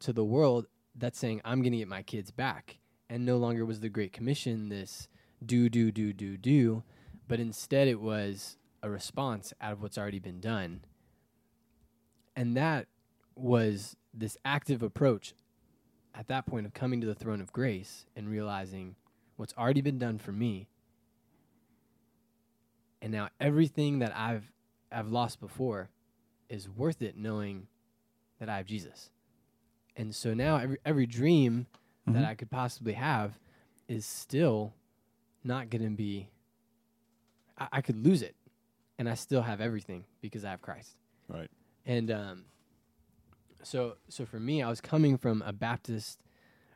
Speaker 3: to the world that's saying, I'm going to get my kids back. And no longer was the Great Commission this do, do, do, do, do, but instead it was a response out of what's already been done. And that was this active approach at that point of coming to the throne of grace and realizing what's already been done for me and now everything that i've i've lost before is worth it knowing that i have jesus and so now every every dream that i could possibly have is still not going to be I, I could lose it and i still have everything because i have christ
Speaker 2: Right.
Speaker 3: and um, so so for me, I was coming from a Baptist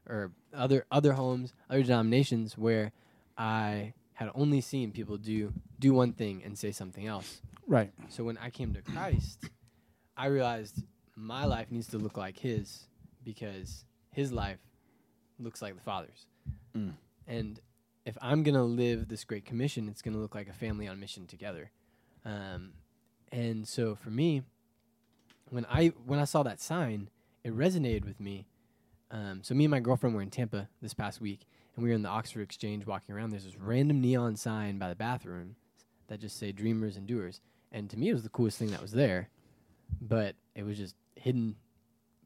Speaker 3: or other other homes, other denominations where I had only seen people do do one thing and say something else.
Speaker 1: Right.
Speaker 3: So when I came to Christ, I realized my life needs to look like his because his life looks like the Father's.
Speaker 2: Mm.
Speaker 3: And if I'm going to live this great commission, it's going to look like a family on mission together. Um, and so for me, when I when I saw that sign, it resonated with me. Um, so me and my girlfriend were in Tampa this past week, and we were in the Oxford Exchange walking around. There's this random neon sign by the bathroom that just say "Dreamers and Doers," and to me, it was the coolest thing that was there. But it was just hidden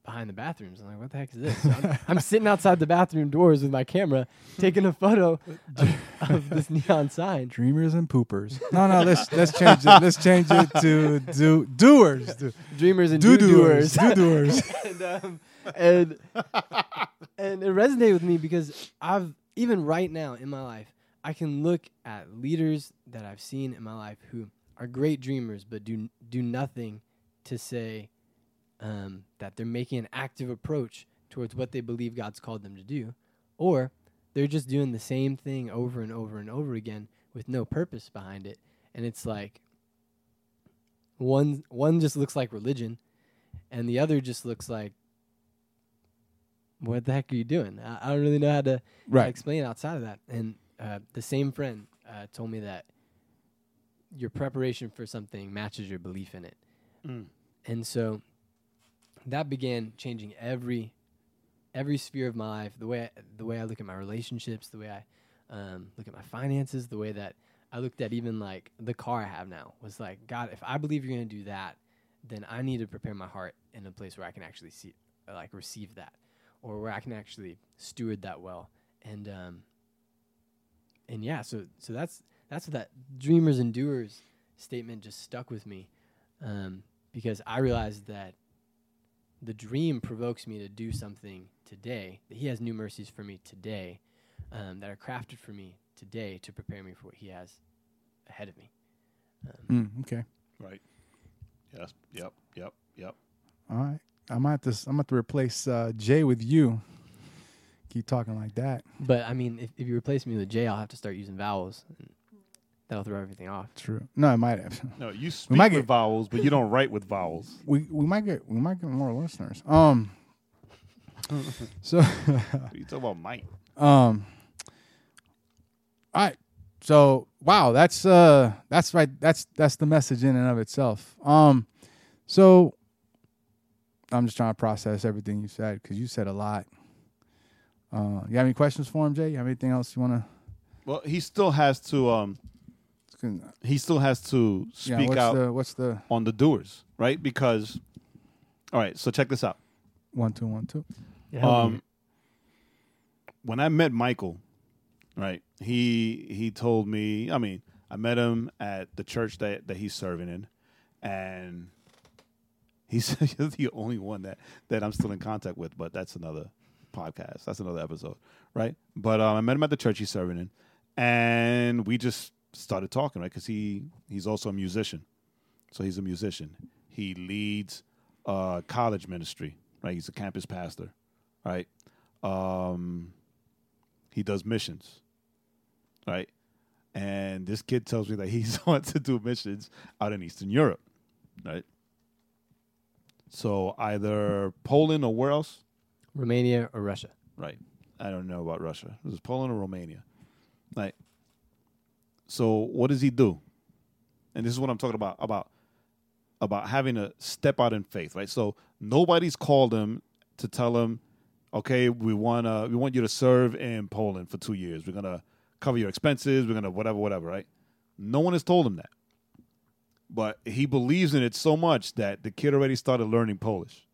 Speaker 3: behind the bathrooms. I'm like, "What the heck is this?" So I'm, I'm sitting outside the bathroom doors with my camera, taking a photo of, of this neon sign.
Speaker 1: Dreamers and poopers. No, no, let's let's change it. Let's change it to do doers. Do
Speaker 3: Dreamers and
Speaker 1: do
Speaker 3: doers.
Speaker 1: doers. Do doers.
Speaker 3: and um, and and it resonated with me because I've even right now in my life I can look at leaders that I've seen in my life who are great dreamers but do do nothing to say um, that they're making an active approach towards what they believe God's called them to do, or they're just doing the same thing over and over and over again with no purpose behind it, and it's like one one just looks like religion and the other just looks like what the heck are you doing i, I don't really know how to
Speaker 1: [LAUGHS] Right.
Speaker 3: explain it outside of that and uh, the same friend uh, told me that your preparation for something matches your belief in it
Speaker 2: Mm.
Speaker 3: and so that began changing every every sphere of my life the way I, the way i look at my relationships the way i um, look at my finances the way that i looked at even like the car i have now was like god if i believe you're going to do that then I need to prepare my heart in a place where I can actually see, like, receive that, or where I can actually steward that well. And um, and yeah, so so that's that's what that dreamers and doers statement just stuck with me, um, because I realized that the dream provokes me to do something today. That He has new mercies for me today, um, that are crafted for me today to prepare me for what He has ahead of me. Um,
Speaker 1: Mm, okay.
Speaker 2: Right. Yes. Yep. Yep. Yep.
Speaker 1: All right. I'm gonna have to I'm gonna have to replace uh, Jay with you. Keep talking like that.
Speaker 3: But I mean, if, if you replace me with J, I'll have to start using vowels. And that'll throw everything off.
Speaker 1: True. No, it might have. [LAUGHS]
Speaker 2: No, you speak
Speaker 1: might
Speaker 2: with
Speaker 1: get-
Speaker 2: vowels, but you don't write with vowels.
Speaker 1: We we might get we might get more listeners. [LAUGHS] Um. so, [LAUGHS]
Speaker 2: You talk about might.
Speaker 1: um. All right. So wow, that's uh that's right that's that's the message in and of itself. Um. So. I'm just trying to process everything you said because you said a lot. Uh, you have any questions for him, Jay? You have anything else you want
Speaker 2: Well, he still has to. Um,
Speaker 1: to?
Speaker 2: he still has to
Speaker 1: Yeah,
Speaker 2: speak
Speaker 1: what's
Speaker 2: out
Speaker 1: The, what's the
Speaker 2: on the doers, right? Because, all right. So check this out.
Speaker 1: One two one two.
Speaker 2: Um, when I met Michael, right, he he told me. I mean, I met him at the church that that he's serving in, and he [LAUGHS] said you're the only one that that I'm still in contact with. But that's another podcast. That's another episode, right? But um, I met him at the church he's serving in, and we just started talking, right? Because he he's also a musician, so he's a musician. He leads uh, college ministry, right? He's a campus pastor, right? Um, he does missions, right? And this kid tells me that [LAUGHS] he's on to do missions out in Eastern Europe, right? So either Poland or where else?
Speaker 3: Romania or Russia.
Speaker 2: Right. I don't know about Russia. It was Poland or Romania. Like, so what does he do? And this is what I'm talking about about about having a step out in faith, right? So nobody's called him to tell him, okay, we want to we want you to serve in Poland for two years. We're gonna cover your expenses. We're gonna whatever, whatever, right? No one has told him that, but he believes in it so much that the kid already started learning Polish.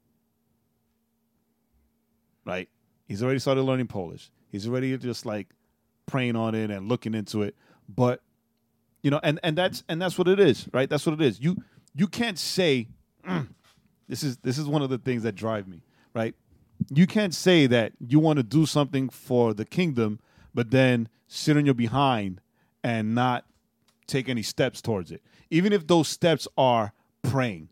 Speaker 2: Right? He's already started learning Polish. He's already just like praying on it and looking into it. But you know, and and that's and that's what it is, right? That's what it is. You you can't say "Mm." this is this is one of the things that drive me, right? You can't say that you want to do something for the kingdom, but then sit on your behind and not take any steps towards it. Even if those steps are praying,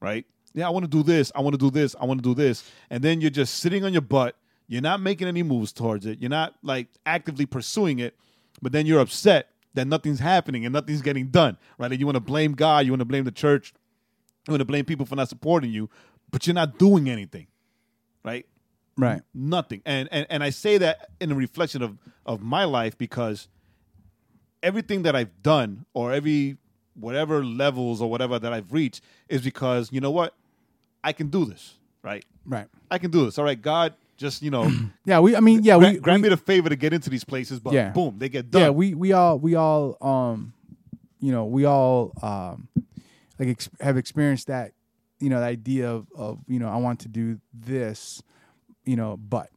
Speaker 2: right? yeah, I want to do this, I want to do this, I want to do this, and then you're just sitting on your butt. You're not making any moves towards it. You're not like actively pursuing it, but then you're upset that nothing's happening and nothing's getting done, right? And you want to blame God, you want to blame the church, you want to blame people for not supporting you, but you're not doing anything, right?
Speaker 1: Right.
Speaker 2: nothing and and, and i say that in a reflection of of my life because everything that i've done or every whatever levels or whatever that i've reached is because you know what i can do this right
Speaker 1: Right.
Speaker 2: i can do this all right god just
Speaker 1: [CLEARS THROAT]
Speaker 2: you know
Speaker 1: Yeah. We. I mean. Yeah.
Speaker 2: grant,
Speaker 1: we.
Speaker 2: grant
Speaker 1: we
Speaker 2: me the favor to get into these places but
Speaker 1: Yeah.
Speaker 2: boom they get done
Speaker 1: yeah. We. We all. We all. Um. You know. We all. Um. Like ex- have experienced that. You know. The idea of of you know I want to do this. You know. But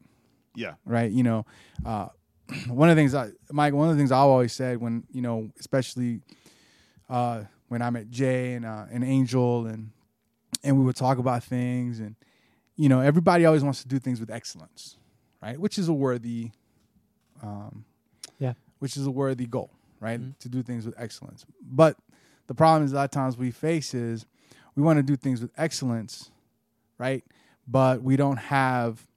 Speaker 2: yeah
Speaker 1: right? You know, uh, [CLEARS THROAT] one of the things I, Mike, one of the things I've always said when you know, especially uh, when I met Jay and uh, and Angel, and and we would talk about things, and you know, everybody always wants to do things with excellence, right? Which is a worthy, um,
Speaker 3: Yeah.
Speaker 1: which is a worthy goal, right?
Speaker 3: Mhm.
Speaker 1: To do things with excellence, but the problem is a lot of times we face is we want to do things with excellence, right? But we don't have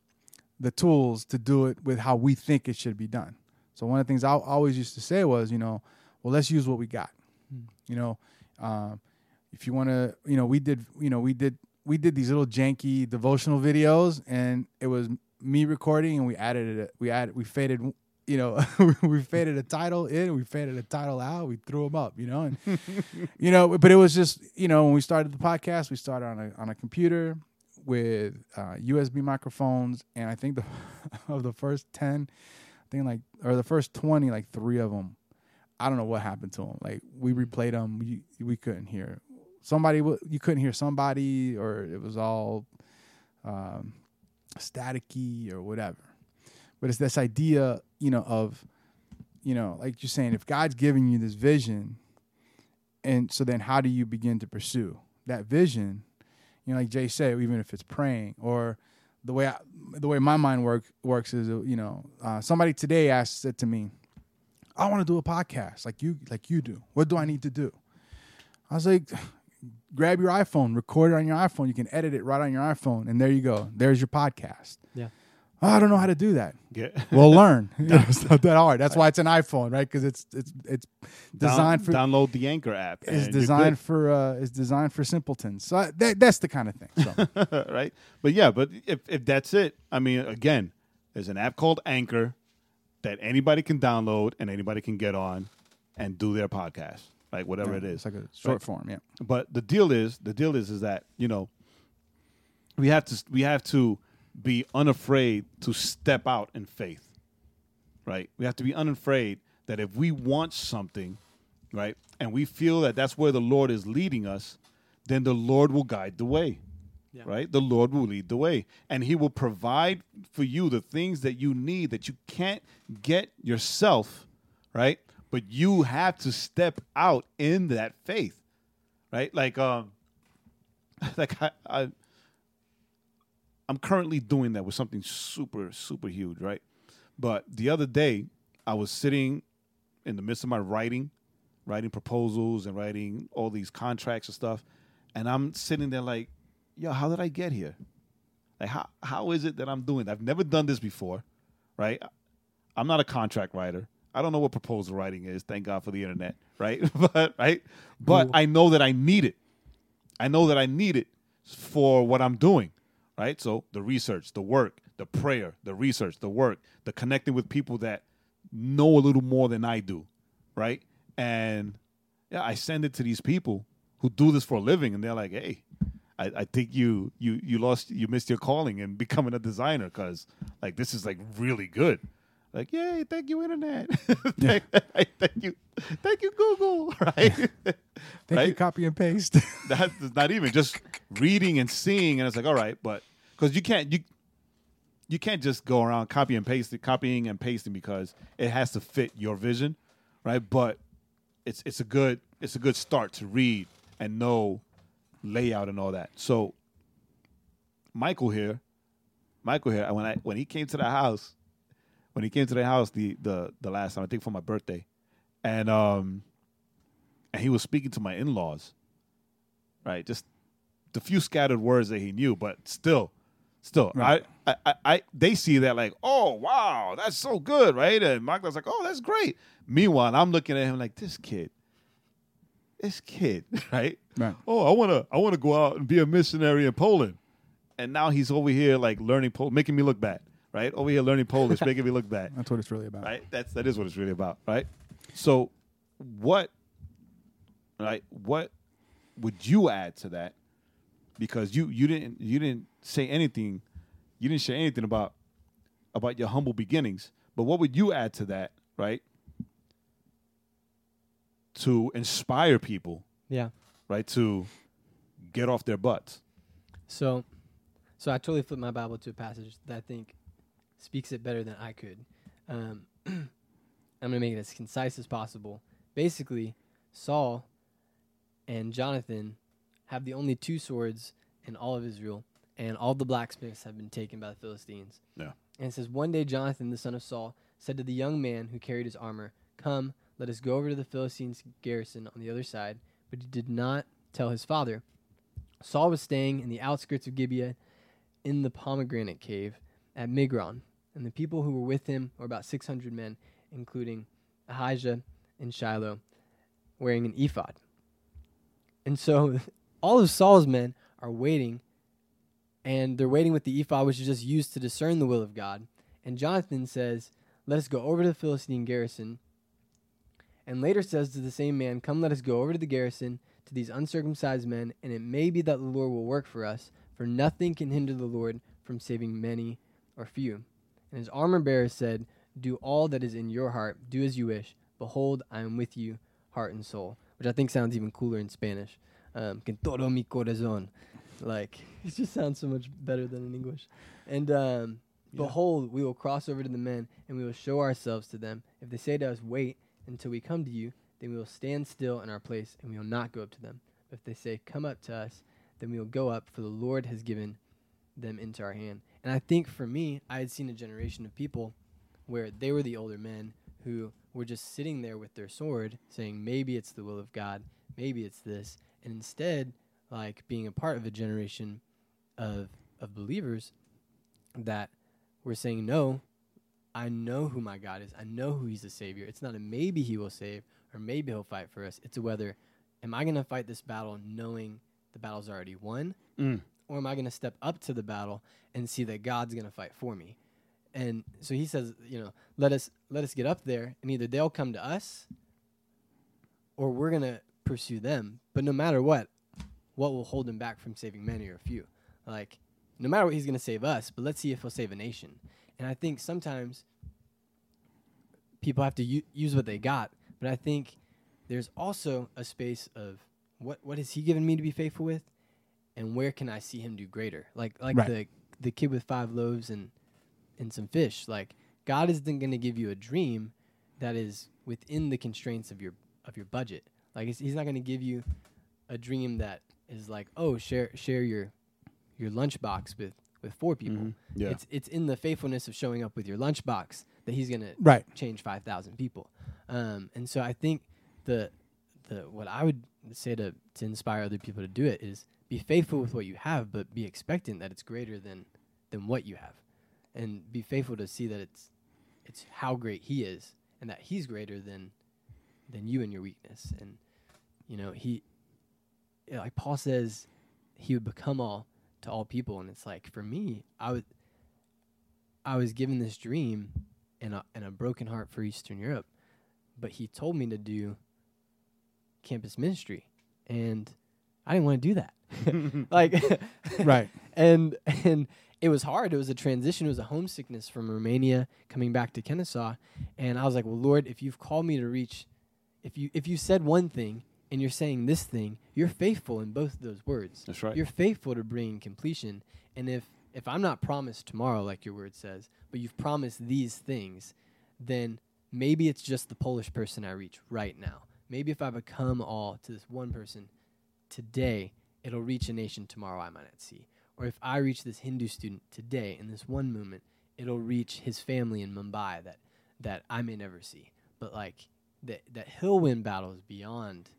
Speaker 1: the tools to do it with how we think it should be done. So one of the things I always used to say was, you know, well, let's use what we got. You know, um, if you want to, you know, we did, you know, we did, we did these little janky devotional videos, and it was me recording, and we added it, we added, we faded, you know, [LAUGHS] we faded a title in, we faded a title out, we threw them up, you know, and you know but it was just you know when we started the podcast we started on a on a computer with uh, usb microphones and i think the [LAUGHS] of the first 10 i think like or the first 20 like three of them i don't know what happened to them like we replayed them we, we couldn't hear somebody wa- you couldn't hear somebody or it was all um, staticky or whatever but it's this idea you know of you know like you're saying if god's giving you this vision and so then how do you begin to pursue that vision you know like jay said even if it's praying or the way I, the way my mind work works is you know uh, somebody today asked said to me i want to do a podcast like you like you do what do i need to do i was like grab your iphone record it on your iphone you can edit it right on your iphone and there you go there's your podcast
Speaker 3: Yeah.
Speaker 1: "Oh, i don't know how to do that
Speaker 2: yeah
Speaker 1: well learn [LAUGHS] You know, it's not that hard that's why it's an iphone right because it's it's it's designed
Speaker 2: Down-
Speaker 1: for
Speaker 2: download the anchor app and
Speaker 1: is
Speaker 2: you're good.
Speaker 1: designed for uh, is designed for simpletons. So I, that that's the kind of thing.
Speaker 2: [LAUGHS]
Speaker 1: So
Speaker 2: right? But yeah, but if, if that's it, I mean, again, there's an app called Anchor that anybody can download and anybody can get on and do their podcast, like whatever it
Speaker 1: it's
Speaker 2: is.
Speaker 1: like a short
Speaker 2: Right.
Speaker 1: form. Yeah,
Speaker 2: But the deal is, the deal is, is that you know, we have to we have to be unafraid to step out in faith, right? We have to be unafraid that if we want something, right, and we feel that that's where the Lord is leading us, then the Lord will guide the way,
Speaker 3: Yeah.
Speaker 2: right? The Lord will lead the way, and He will provide for you the things that you need that you can't get yourself, right? But you have to step out in that faith, right? Like, um, [LAUGHS] like I, I I'm currently doing that with something super, super huge, right? But the other day, I was sitting in the midst of my writing, writing proposals and writing all these contracts and stuff, and I'm sitting there like, yo, how did I get here? Like, how how is it that I'm doing? that? I've never done this before, right? I'm not a contract writer. I don't know what proposal writing is. Thank God for the internet, right? [LAUGHS] but right, but I know that I need it. I know that I need it for what I'm doing, right? So the research, the work, the prayer, the research, the work, the connecting with people that know a little more than I do, right? And yeah, I send it to these people who do this for a living, and they're like, "Hey, I, I think you you you lost you missed your calling and becoming a designer because like this is like really good." Like, yay! Thank you, internet. [LAUGHS] thank, thank you, thank you, Google. [LAUGHS] Right?
Speaker 1: thank you.
Speaker 2: right?
Speaker 1: Copy and paste. [LAUGHS]
Speaker 2: that's that's not even just reading and seeing and it's like all right but because you can't you you can't just go around copy and paste copying and pasting because it has to fit your vision right but it's it's a good it's a good start to read and know layout and all that so michael here michael here when i when he came to the house when he came to the house the the the last time i think for my birthday and um and he was speaking to my in-laws right? Just the few scattered words that he knew, but still, still,
Speaker 1: Right.
Speaker 2: I, I, I, I, they see that like, oh wow, that's so good, right? And Magda's like, oh, that's great. Meanwhile, I'm looking at him like this kid, this kid, [LAUGHS] right?
Speaker 1: Right.
Speaker 2: Oh, I wanna, I wanna go out and be a missionary in Poland, and now he's over here like learning Pol, making me look bad, right? Over here learning Polish, [LAUGHS] making me look bad
Speaker 1: That's what it's really about.
Speaker 2: right? That's that is what it's really about, right? So, what, right? What would you add to that? Because you you didn't you didn't say anything, you didn't share anything about about your humble beginnings. But what would you add to that, right? To inspire people,
Speaker 3: Yeah.
Speaker 2: right? To get off their butts.
Speaker 3: So, so I totally flipped my Bible to a passage that I think speaks it better than I could. Um, [CLEARS THROAT] I'm going to make it as concise as possible. Basically, Saul and Jonathan have the only two swords in all of Israel, and all the blacksmiths have been taken by the Philistines.
Speaker 2: Yeah.
Speaker 3: And it says, One day Jonathan, the son of Saul, said to the young man who carried his armor, Come, let us go over to the Philistines' garrison on the other side. But he did not tell his father. Saul was staying in the outskirts of Gibeah in the pomegranate cave at Migron, and the people who were with him were about 600 men, including Ahijah and Shiloh, wearing an ephod. And so [LAUGHS] all of Saul's men are waiting, and they're waiting with the ephod, which is just used to discern the will of God. And Jonathan says, Let us go over to the Philistine garrison. And later says to the same man, Come, let us go over to the garrison to these uncircumcised men, and it may be that the Lord will work for us, for nothing can hinder the Lord from saving many or few. And his armor bearer said, Do all that is in your heart, do as you wish. Behold, I am with you, heart and soul. Which I think sounds even cooler in Spanish. Um, Con todo mi corazón. Like, [LAUGHS] it just sounds so much better than in English. And um, behold, we will cross over to the men, and we will show ourselves to them. If they say to us, Wait until we come to you, then we will stand still in our place, and we will not go up to them. But if they say, Come up to us, then we will go up, for the Lord has given them into our hand. And I think for me, I had seen a generation of people where they were the older men who were just sitting there with their sword saying, maybe it's the will of God, maybe it's this. And instead, like being a part of a generation of, of believers that were saying, no, I know who my God is. I know who He's a Savior. It's not a maybe He will save or maybe He'll fight for us. It's a whether, am I going to fight this battle knowing the battle's already won? or am I going to step up to the battle and see that God's going to fight for me? And so he says, you know, let us let us get up there, and either they'll come to us, or we're going to pursue them. But no matter what, what will hold him back from saving many or few? Like, no matter what, he's going to save us. But let's see if he'll save a nation. And I think sometimes people have to u- use what they got. But I think there's also a space of what what has he given me to be faithful with, and where can I see him do greater? Like like
Speaker 1: Right.
Speaker 3: the the kid with five loaves and and some fish. Like God isn't going to give you a dream that is within the constraints of your of your budget. Like it's, he's not going to give you a dream that is like, oh, share share your your lunchbox with with four
Speaker 1: Mm-hmm.
Speaker 3: people.
Speaker 2: Yeah.
Speaker 3: It's it's in the faithfulness of showing up with your lunchbox that he's going to
Speaker 1: Right.
Speaker 3: change 5,000 people. Um, and so I think the the what I would say to to inspire other people to do it is be faithful with what you have, but be expectant that it's greater than than what you have, and be faithful to see that it's it's how great He is, and that He's greater than than you and your weakness. And you know He, yeah, like Paul says, He would become all to all people, and it's like for me, I was I was given this dream and a, and a broken heart for Eastern Europe. But he told me to do campus ministry, and I didn't want to do
Speaker 2: Mm-hmm.
Speaker 3: that. [LAUGHS]
Speaker 2: [LAUGHS]
Speaker 3: like,
Speaker 1: Right.
Speaker 3: and [LAUGHS] and it was hard. It was a transition. It was a homesickness from Romania coming back to Kennesaw, and I was like, "Well, Lord, if you've called me to reach, if you if you said one thing and you're saying this thing, you're faithful in both of those words.
Speaker 2: That's right.
Speaker 3: You're faithful to bring completion. And if if I'm not promised tomorrow, like your word says, but you've promised these things, then maybe it's just the Polish person I reach right now. Maybe if I become all to this one person today, it'll reach a nation tomorrow I might not see. Or if I reach this Hindu student today in this one moment, it'll reach his family in Mumbai that that I may never see. But like that that he'll win battles beyond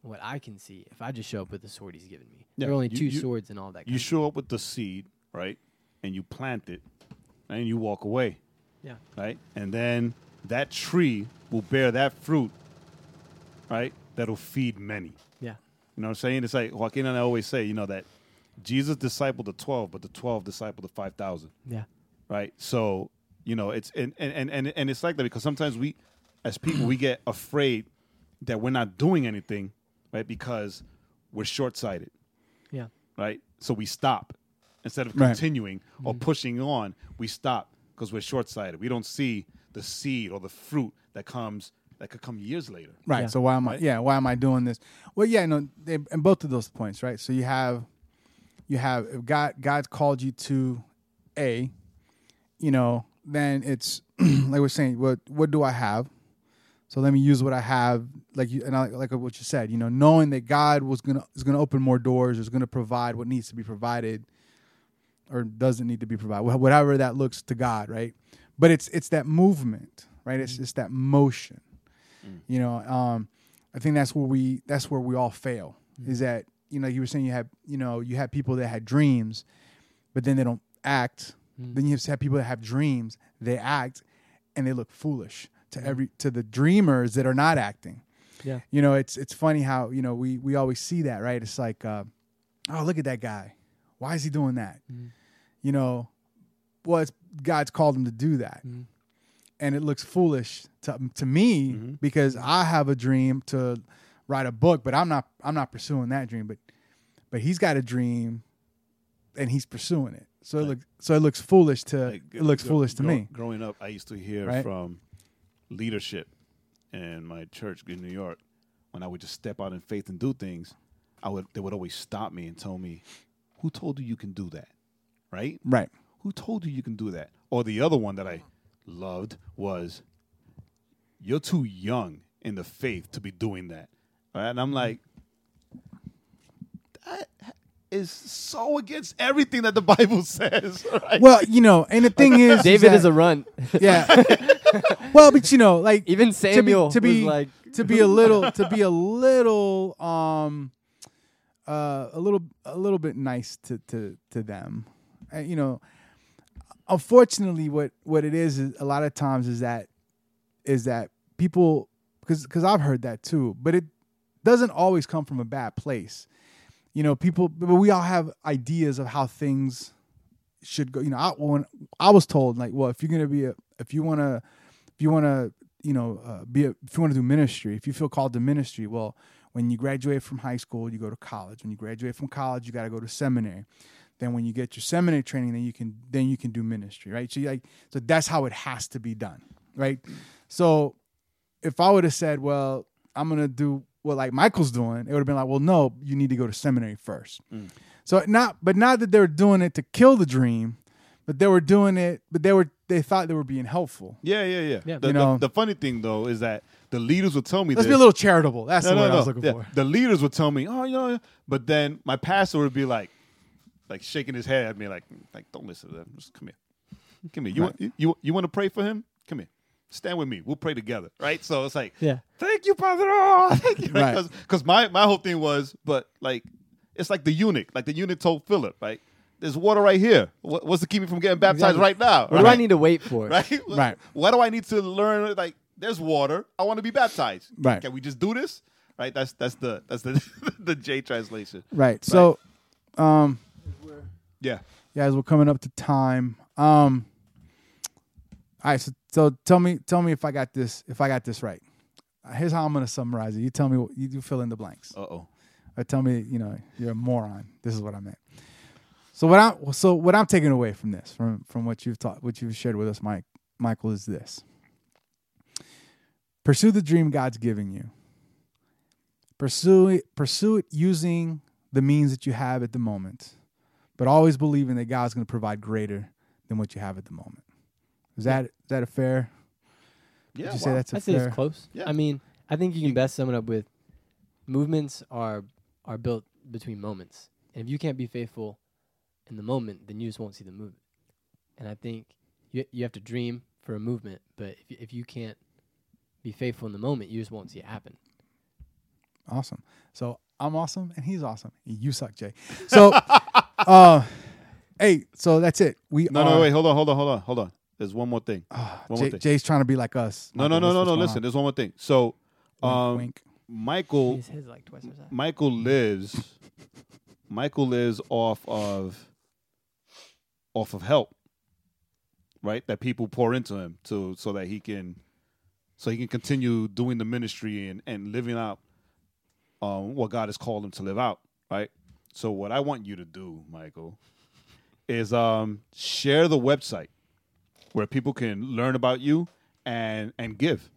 Speaker 3: what I can see if I just show up with the sword he's given me.
Speaker 2: Yeah,
Speaker 3: there are only
Speaker 2: you-
Speaker 3: two
Speaker 2: you-
Speaker 3: swords and all that.
Speaker 2: You
Speaker 3: kind
Speaker 2: show up with the seed, right? And you plant it, and you walk away,
Speaker 3: yeah.
Speaker 2: right? And then that tree will bear that fruit, right? That'll feed many.
Speaker 3: Yeah.
Speaker 2: You know what I'm saying? It's like Joaquin and I always say, you know, that Jesus discipled the 12, but the 12 discipled the 5,000.
Speaker 3: Yeah.
Speaker 2: right so you know it's and and and- and, and it's like that because sometimes we as people we get afraid that we're not doing anything right because we're short-sighted
Speaker 3: Yeah.
Speaker 2: right so we stop instead of
Speaker 1: Right. Mm-hmm.
Speaker 2: continuing or pushing on we stop because we're short-sighted we don't see the seed or the fruit that comes that could come years later
Speaker 1: Right.
Speaker 3: Yeah.
Speaker 1: So why am I? Yeah. Why am I doing this? Well, yeah. No. They, and both of those points, right? So you have, you have if God. God's called you to a, you know. Then it's [CLEARS THROAT] like we're saying. What What do I have? So let me use what I have. Like you and I, like what you said. You know, knowing that God was gonna is gonna open more doors. Is gonna provide what needs to be provided, or doesn't need to be provided. wh- Whatever that looks to God, right? But it's it's that movement, right? It's it's that motion you know um i think that's where we that's where we all fail is that you know you were saying you had you know you had people that had dreams but then they don't act then you have had people that have dreams they act and they look foolish to every to the dreamers that are not acting
Speaker 3: Yeah.
Speaker 1: you know it's it's funny how you know we we always see that right it's like uh, oh look at that guy why is he doing that you know well it's god's called him to do that and it looks foolish to, to me because i have a dream to write a book but i'm not i'm not pursuing that dream but but he's got a dream and he's pursuing it so it looks so it looks foolish to
Speaker 2: Like,
Speaker 1: it looks
Speaker 2: gr-
Speaker 1: foolish to
Speaker 2: grow-
Speaker 1: me
Speaker 2: Growing up, I used to hear
Speaker 1: Right?
Speaker 2: from leadership in my church in New York when I would just step out in faith and do things. I would they would always stop me and tell me, "Who told you you can do that?" Right?
Speaker 1: right
Speaker 2: Who told you you can do that? Or the other one that I loved was, "You're too young in the faith to be doing that." Right? And I'm
Speaker 1: Mm-hmm.
Speaker 2: like, that is so against everything that the [LAUGHS] Bible says. [LAUGHS] Right?
Speaker 1: well you know and the thing is
Speaker 3: David is
Speaker 1: that-
Speaker 3: a runt. [LAUGHS]
Speaker 1: yeah well but you know like
Speaker 3: Even Samuel
Speaker 1: to be, to be
Speaker 3: was like,
Speaker 1: to be a little to
Speaker 3: [LAUGHS]
Speaker 1: be a little um uh a little a little bit nice to to to them Uh, you know unfortunately what what it is, is a lot of times is that is that people because because i've heard that too but it doesn't always come from a bad place you know people but we all have ideas of how things should go you know i when i was told like well if you're gonna be a if you want to if you want to you know uh, be a, if you want to do ministry if you feel called to ministry well when you graduate from high school you go to college when you graduate from college you got to go to seminary then when you get your seminary training then you can then you can do ministry right so you like so that's how it has to be done right so if i would have said well i'm gonna do what like michael's doing it would have been like well no you need to go to seminary first so not but not that they were doing it to kill the dream but they were doing it but they were they thought they were being helpful
Speaker 2: Yeah, yeah, yeah.
Speaker 3: Yeah.
Speaker 2: The,
Speaker 1: You
Speaker 2: the-
Speaker 1: know-
Speaker 2: the funny thing though is that the leaders would tell me
Speaker 1: Let's
Speaker 2: this.
Speaker 1: be a little charitable. That's
Speaker 2: No,
Speaker 1: the
Speaker 2: no,
Speaker 1: word I
Speaker 2: no.
Speaker 1: was looking
Speaker 2: Yeah.
Speaker 1: for.
Speaker 2: The leaders would tell me, oh, you know, but then my pastor would be like, like shaking his head at me, like, mm, like don't listen to them. Just come here, come here. You want, you you want to pray for him? Come here. Stand with me. We'll pray together, right? So it's like,
Speaker 3: Yeah.
Speaker 2: Thank you, Padre. [LAUGHS] Thank you,
Speaker 1: Right.
Speaker 2: because my my whole thing was, but like, it's like the eunuch, like the eunuch told Philip, right? There's water right here. What, what's to keep me from getting baptized
Speaker 3: Exactly.
Speaker 2: right now?
Speaker 3: what do I
Speaker 2: right?
Speaker 3: need to wait for?
Speaker 2: right? [LAUGHS]
Speaker 1: Right.
Speaker 2: Why do I need to learn? Like, there's water. I want to be baptized.
Speaker 1: Right.
Speaker 2: Can we just do this? Right. That's that's the that's the [LAUGHS] the J translation.
Speaker 1: Right. So, um,
Speaker 2: Yeah.
Speaker 1: guys, we're coming up to time. Um, all right. So, so tell me, tell me if I got this, if I got this right. Uh, Here's how I'm gonna summarize it. You tell me, what- you, you fill in the blanks,
Speaker 2: Uh oh.
Speaker 1: or tell me, you know, you're a moron. This is what I meant. So what I, so what I'm taking away from this, from from what you've taught, what you've shared with us, Mike, Michael, is this: pursue the dream God's giving you. Pursue it, pursue it using the means that you have at the moment, but always believing that God's going to provide greater than what you have at the moment. Is that is that a fair?
Speaker 2: Yeah.
Speaker 1: would you say
Speaker 2: wow.
Speaker 1: that's a
Speaker 3: I say
Speaker 1: fair?
Speaker 3: it's close.
Speaker 2: Yeah.
Speaker 3: I mean, I think you can best sum it up with movements are are built between moments, and if you can't be faithful in the moment, then you just won't see the movement. And I think you you have to dream for a movement, but if you, if you can't be faithful in the moment, you just won't see it happen.
Speaker 1: Awesome. So I'm awesome and he's awesome. You suck, Jay.
Speaker 2: [LAUGHS]
Speaker 1: So uh hey, so that's it. We
Speaker 2: No,
Speaker 1: are
Speaker 2: no, wait, hold on, hold on, hold on, hold on. There's one more thing.
Speaker 1: Ah,
Speaker 2: one more
Speaker 1: Jay,
Speaker 2: thing.
Speaker 1: Jay's trying to be like us.
Speaker 2: No, no,
Speaker 1: Michael,
Speaker 2: no,
Speaker 1: that's
Speaker 2: no, no.
Speaker 1: what's
Speaker 2: Listen,
Speaker 1: going
Speaker 2: there's one more thing. So,
Speaker 1: on.
Speaker 2: um,
Speaker 1: Wink,
Speaker 2: Michael,
Speaker 3: His, like twice our size.
Speaker 2: Michael lives, Michael lives off of, off of help, right? That people pour into him to so that he can, so he can continue doing the ministry and and living out, um, what God has called him to live out, right? So what I want you to do, Michael, is um share the website where people can learn about you and and give.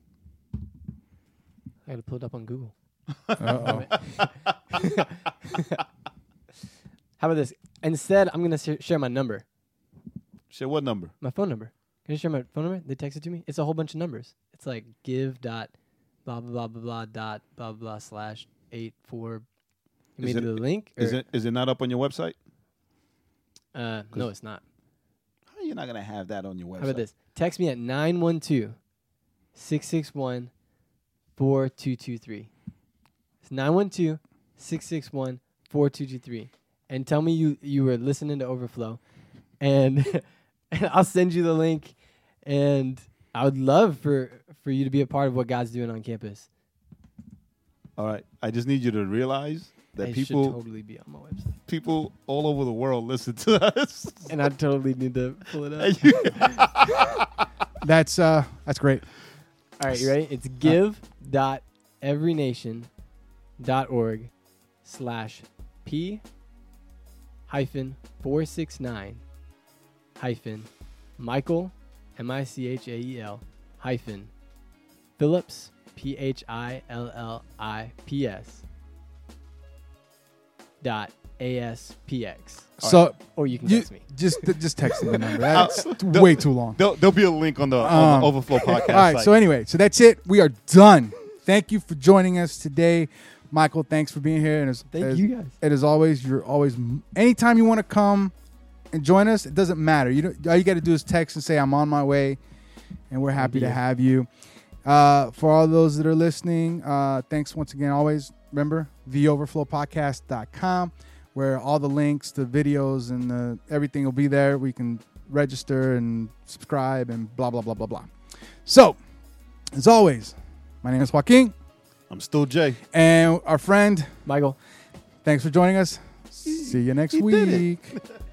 Speaker 3: I gotta pull it up on Google.
Speaker 2: [LAUGHS]
Speaker 1: wink.
Speaker 2: Oh.
Speaker 1: Uh-oh.
Speaker 3: [LAUGHS] How about this? Instead, I'm gonna sh- share my number,
Speaker 2: Share what number?
Speaker 3: my phone number. Can you share my phone number? They text it to me. It's a whole bunch of numbers. It's like give dot blah blah blah blah blah dot blah blah slash eight four. You
Speaker 2: Is
Speaker 3: made
Speaker 2: it-
Speaker 3: the link?
Speaker 2: Is
Speaker 3: or-
Speaker 2: it is it not up on your website?
Speaker 3: Uh, no, it's not.
Speaker 2: How you're not gonna have that on your website?
Speaker 3: How about this? Text me at 912 661 4223. It's 912 661 4223. And tell me you, you were listening to Overflow. And, [LAUGHS] and I'll send you the link. And I would love for, for you to be a part of what God's doing on campus.
Speaker 2: All right. I just need you to realize that
Speaker 3: I should
Speaker 2: people
Speaker 3: totally be on my website.
Speaker 2: people all over the world listen to [LAUGHS] us.
Speaker 3: And I totally need to pull it [LAUGHS] up.
Speaker 2: And you-
Speaker 1: That's uh that's great.
Speaker 3: All right, you ready? It's give dot everynation dot org slash p hyphen four six nine hyphen Michael M I C H A E L hyphen Phillips P H I L L I P S dot A S P X.
Speaker 1: so
Speaker 3: Or you can
Speaker 1: you
Speaker 3: text me.
Speaker 1: just just text him the
Speaker 2: [LAUGHS]
Speaker 1: number. That's way too long.
Speaker 2: there'll, there'll be a link on the, on
Speaker 1: Um,
Speaker 2: the Overflow
Speaker 1: [LAUGHS]
Speaker 2: podcast.
Speaker 1: All right.
Speaker 2: site.
Speaker 1: So anyway, so that's it. We are done. Thank you for joining us today, Michael. Thanks for being here. And as,
Speaker 3: Thank
Speaker 1: as-
Speaker 3: you guys.
Speaker 1: And as always, you're always anytime you want to come and join us. It doesn't matter. You don't, all you got to do is text and say I'm on my way, and we're happy to
Speaker 3: here.
Speaker 1: have you. Uh, for all those that are listening, uh, thanks once again. Always remember theoverflowpodcast.com, where all the links, the videos, and the, everything will be there. We can register and subscribe and blah blah blah blah blah. So, as always, my name is Joaquin,
Speaker 2: I'm still Jay.
Speaker 1: and our friend.
Speaker 3: Michael.
Speaker 1: Thanks for joining us. See you next
Speaker 2: He did it.
Speaker 1: week.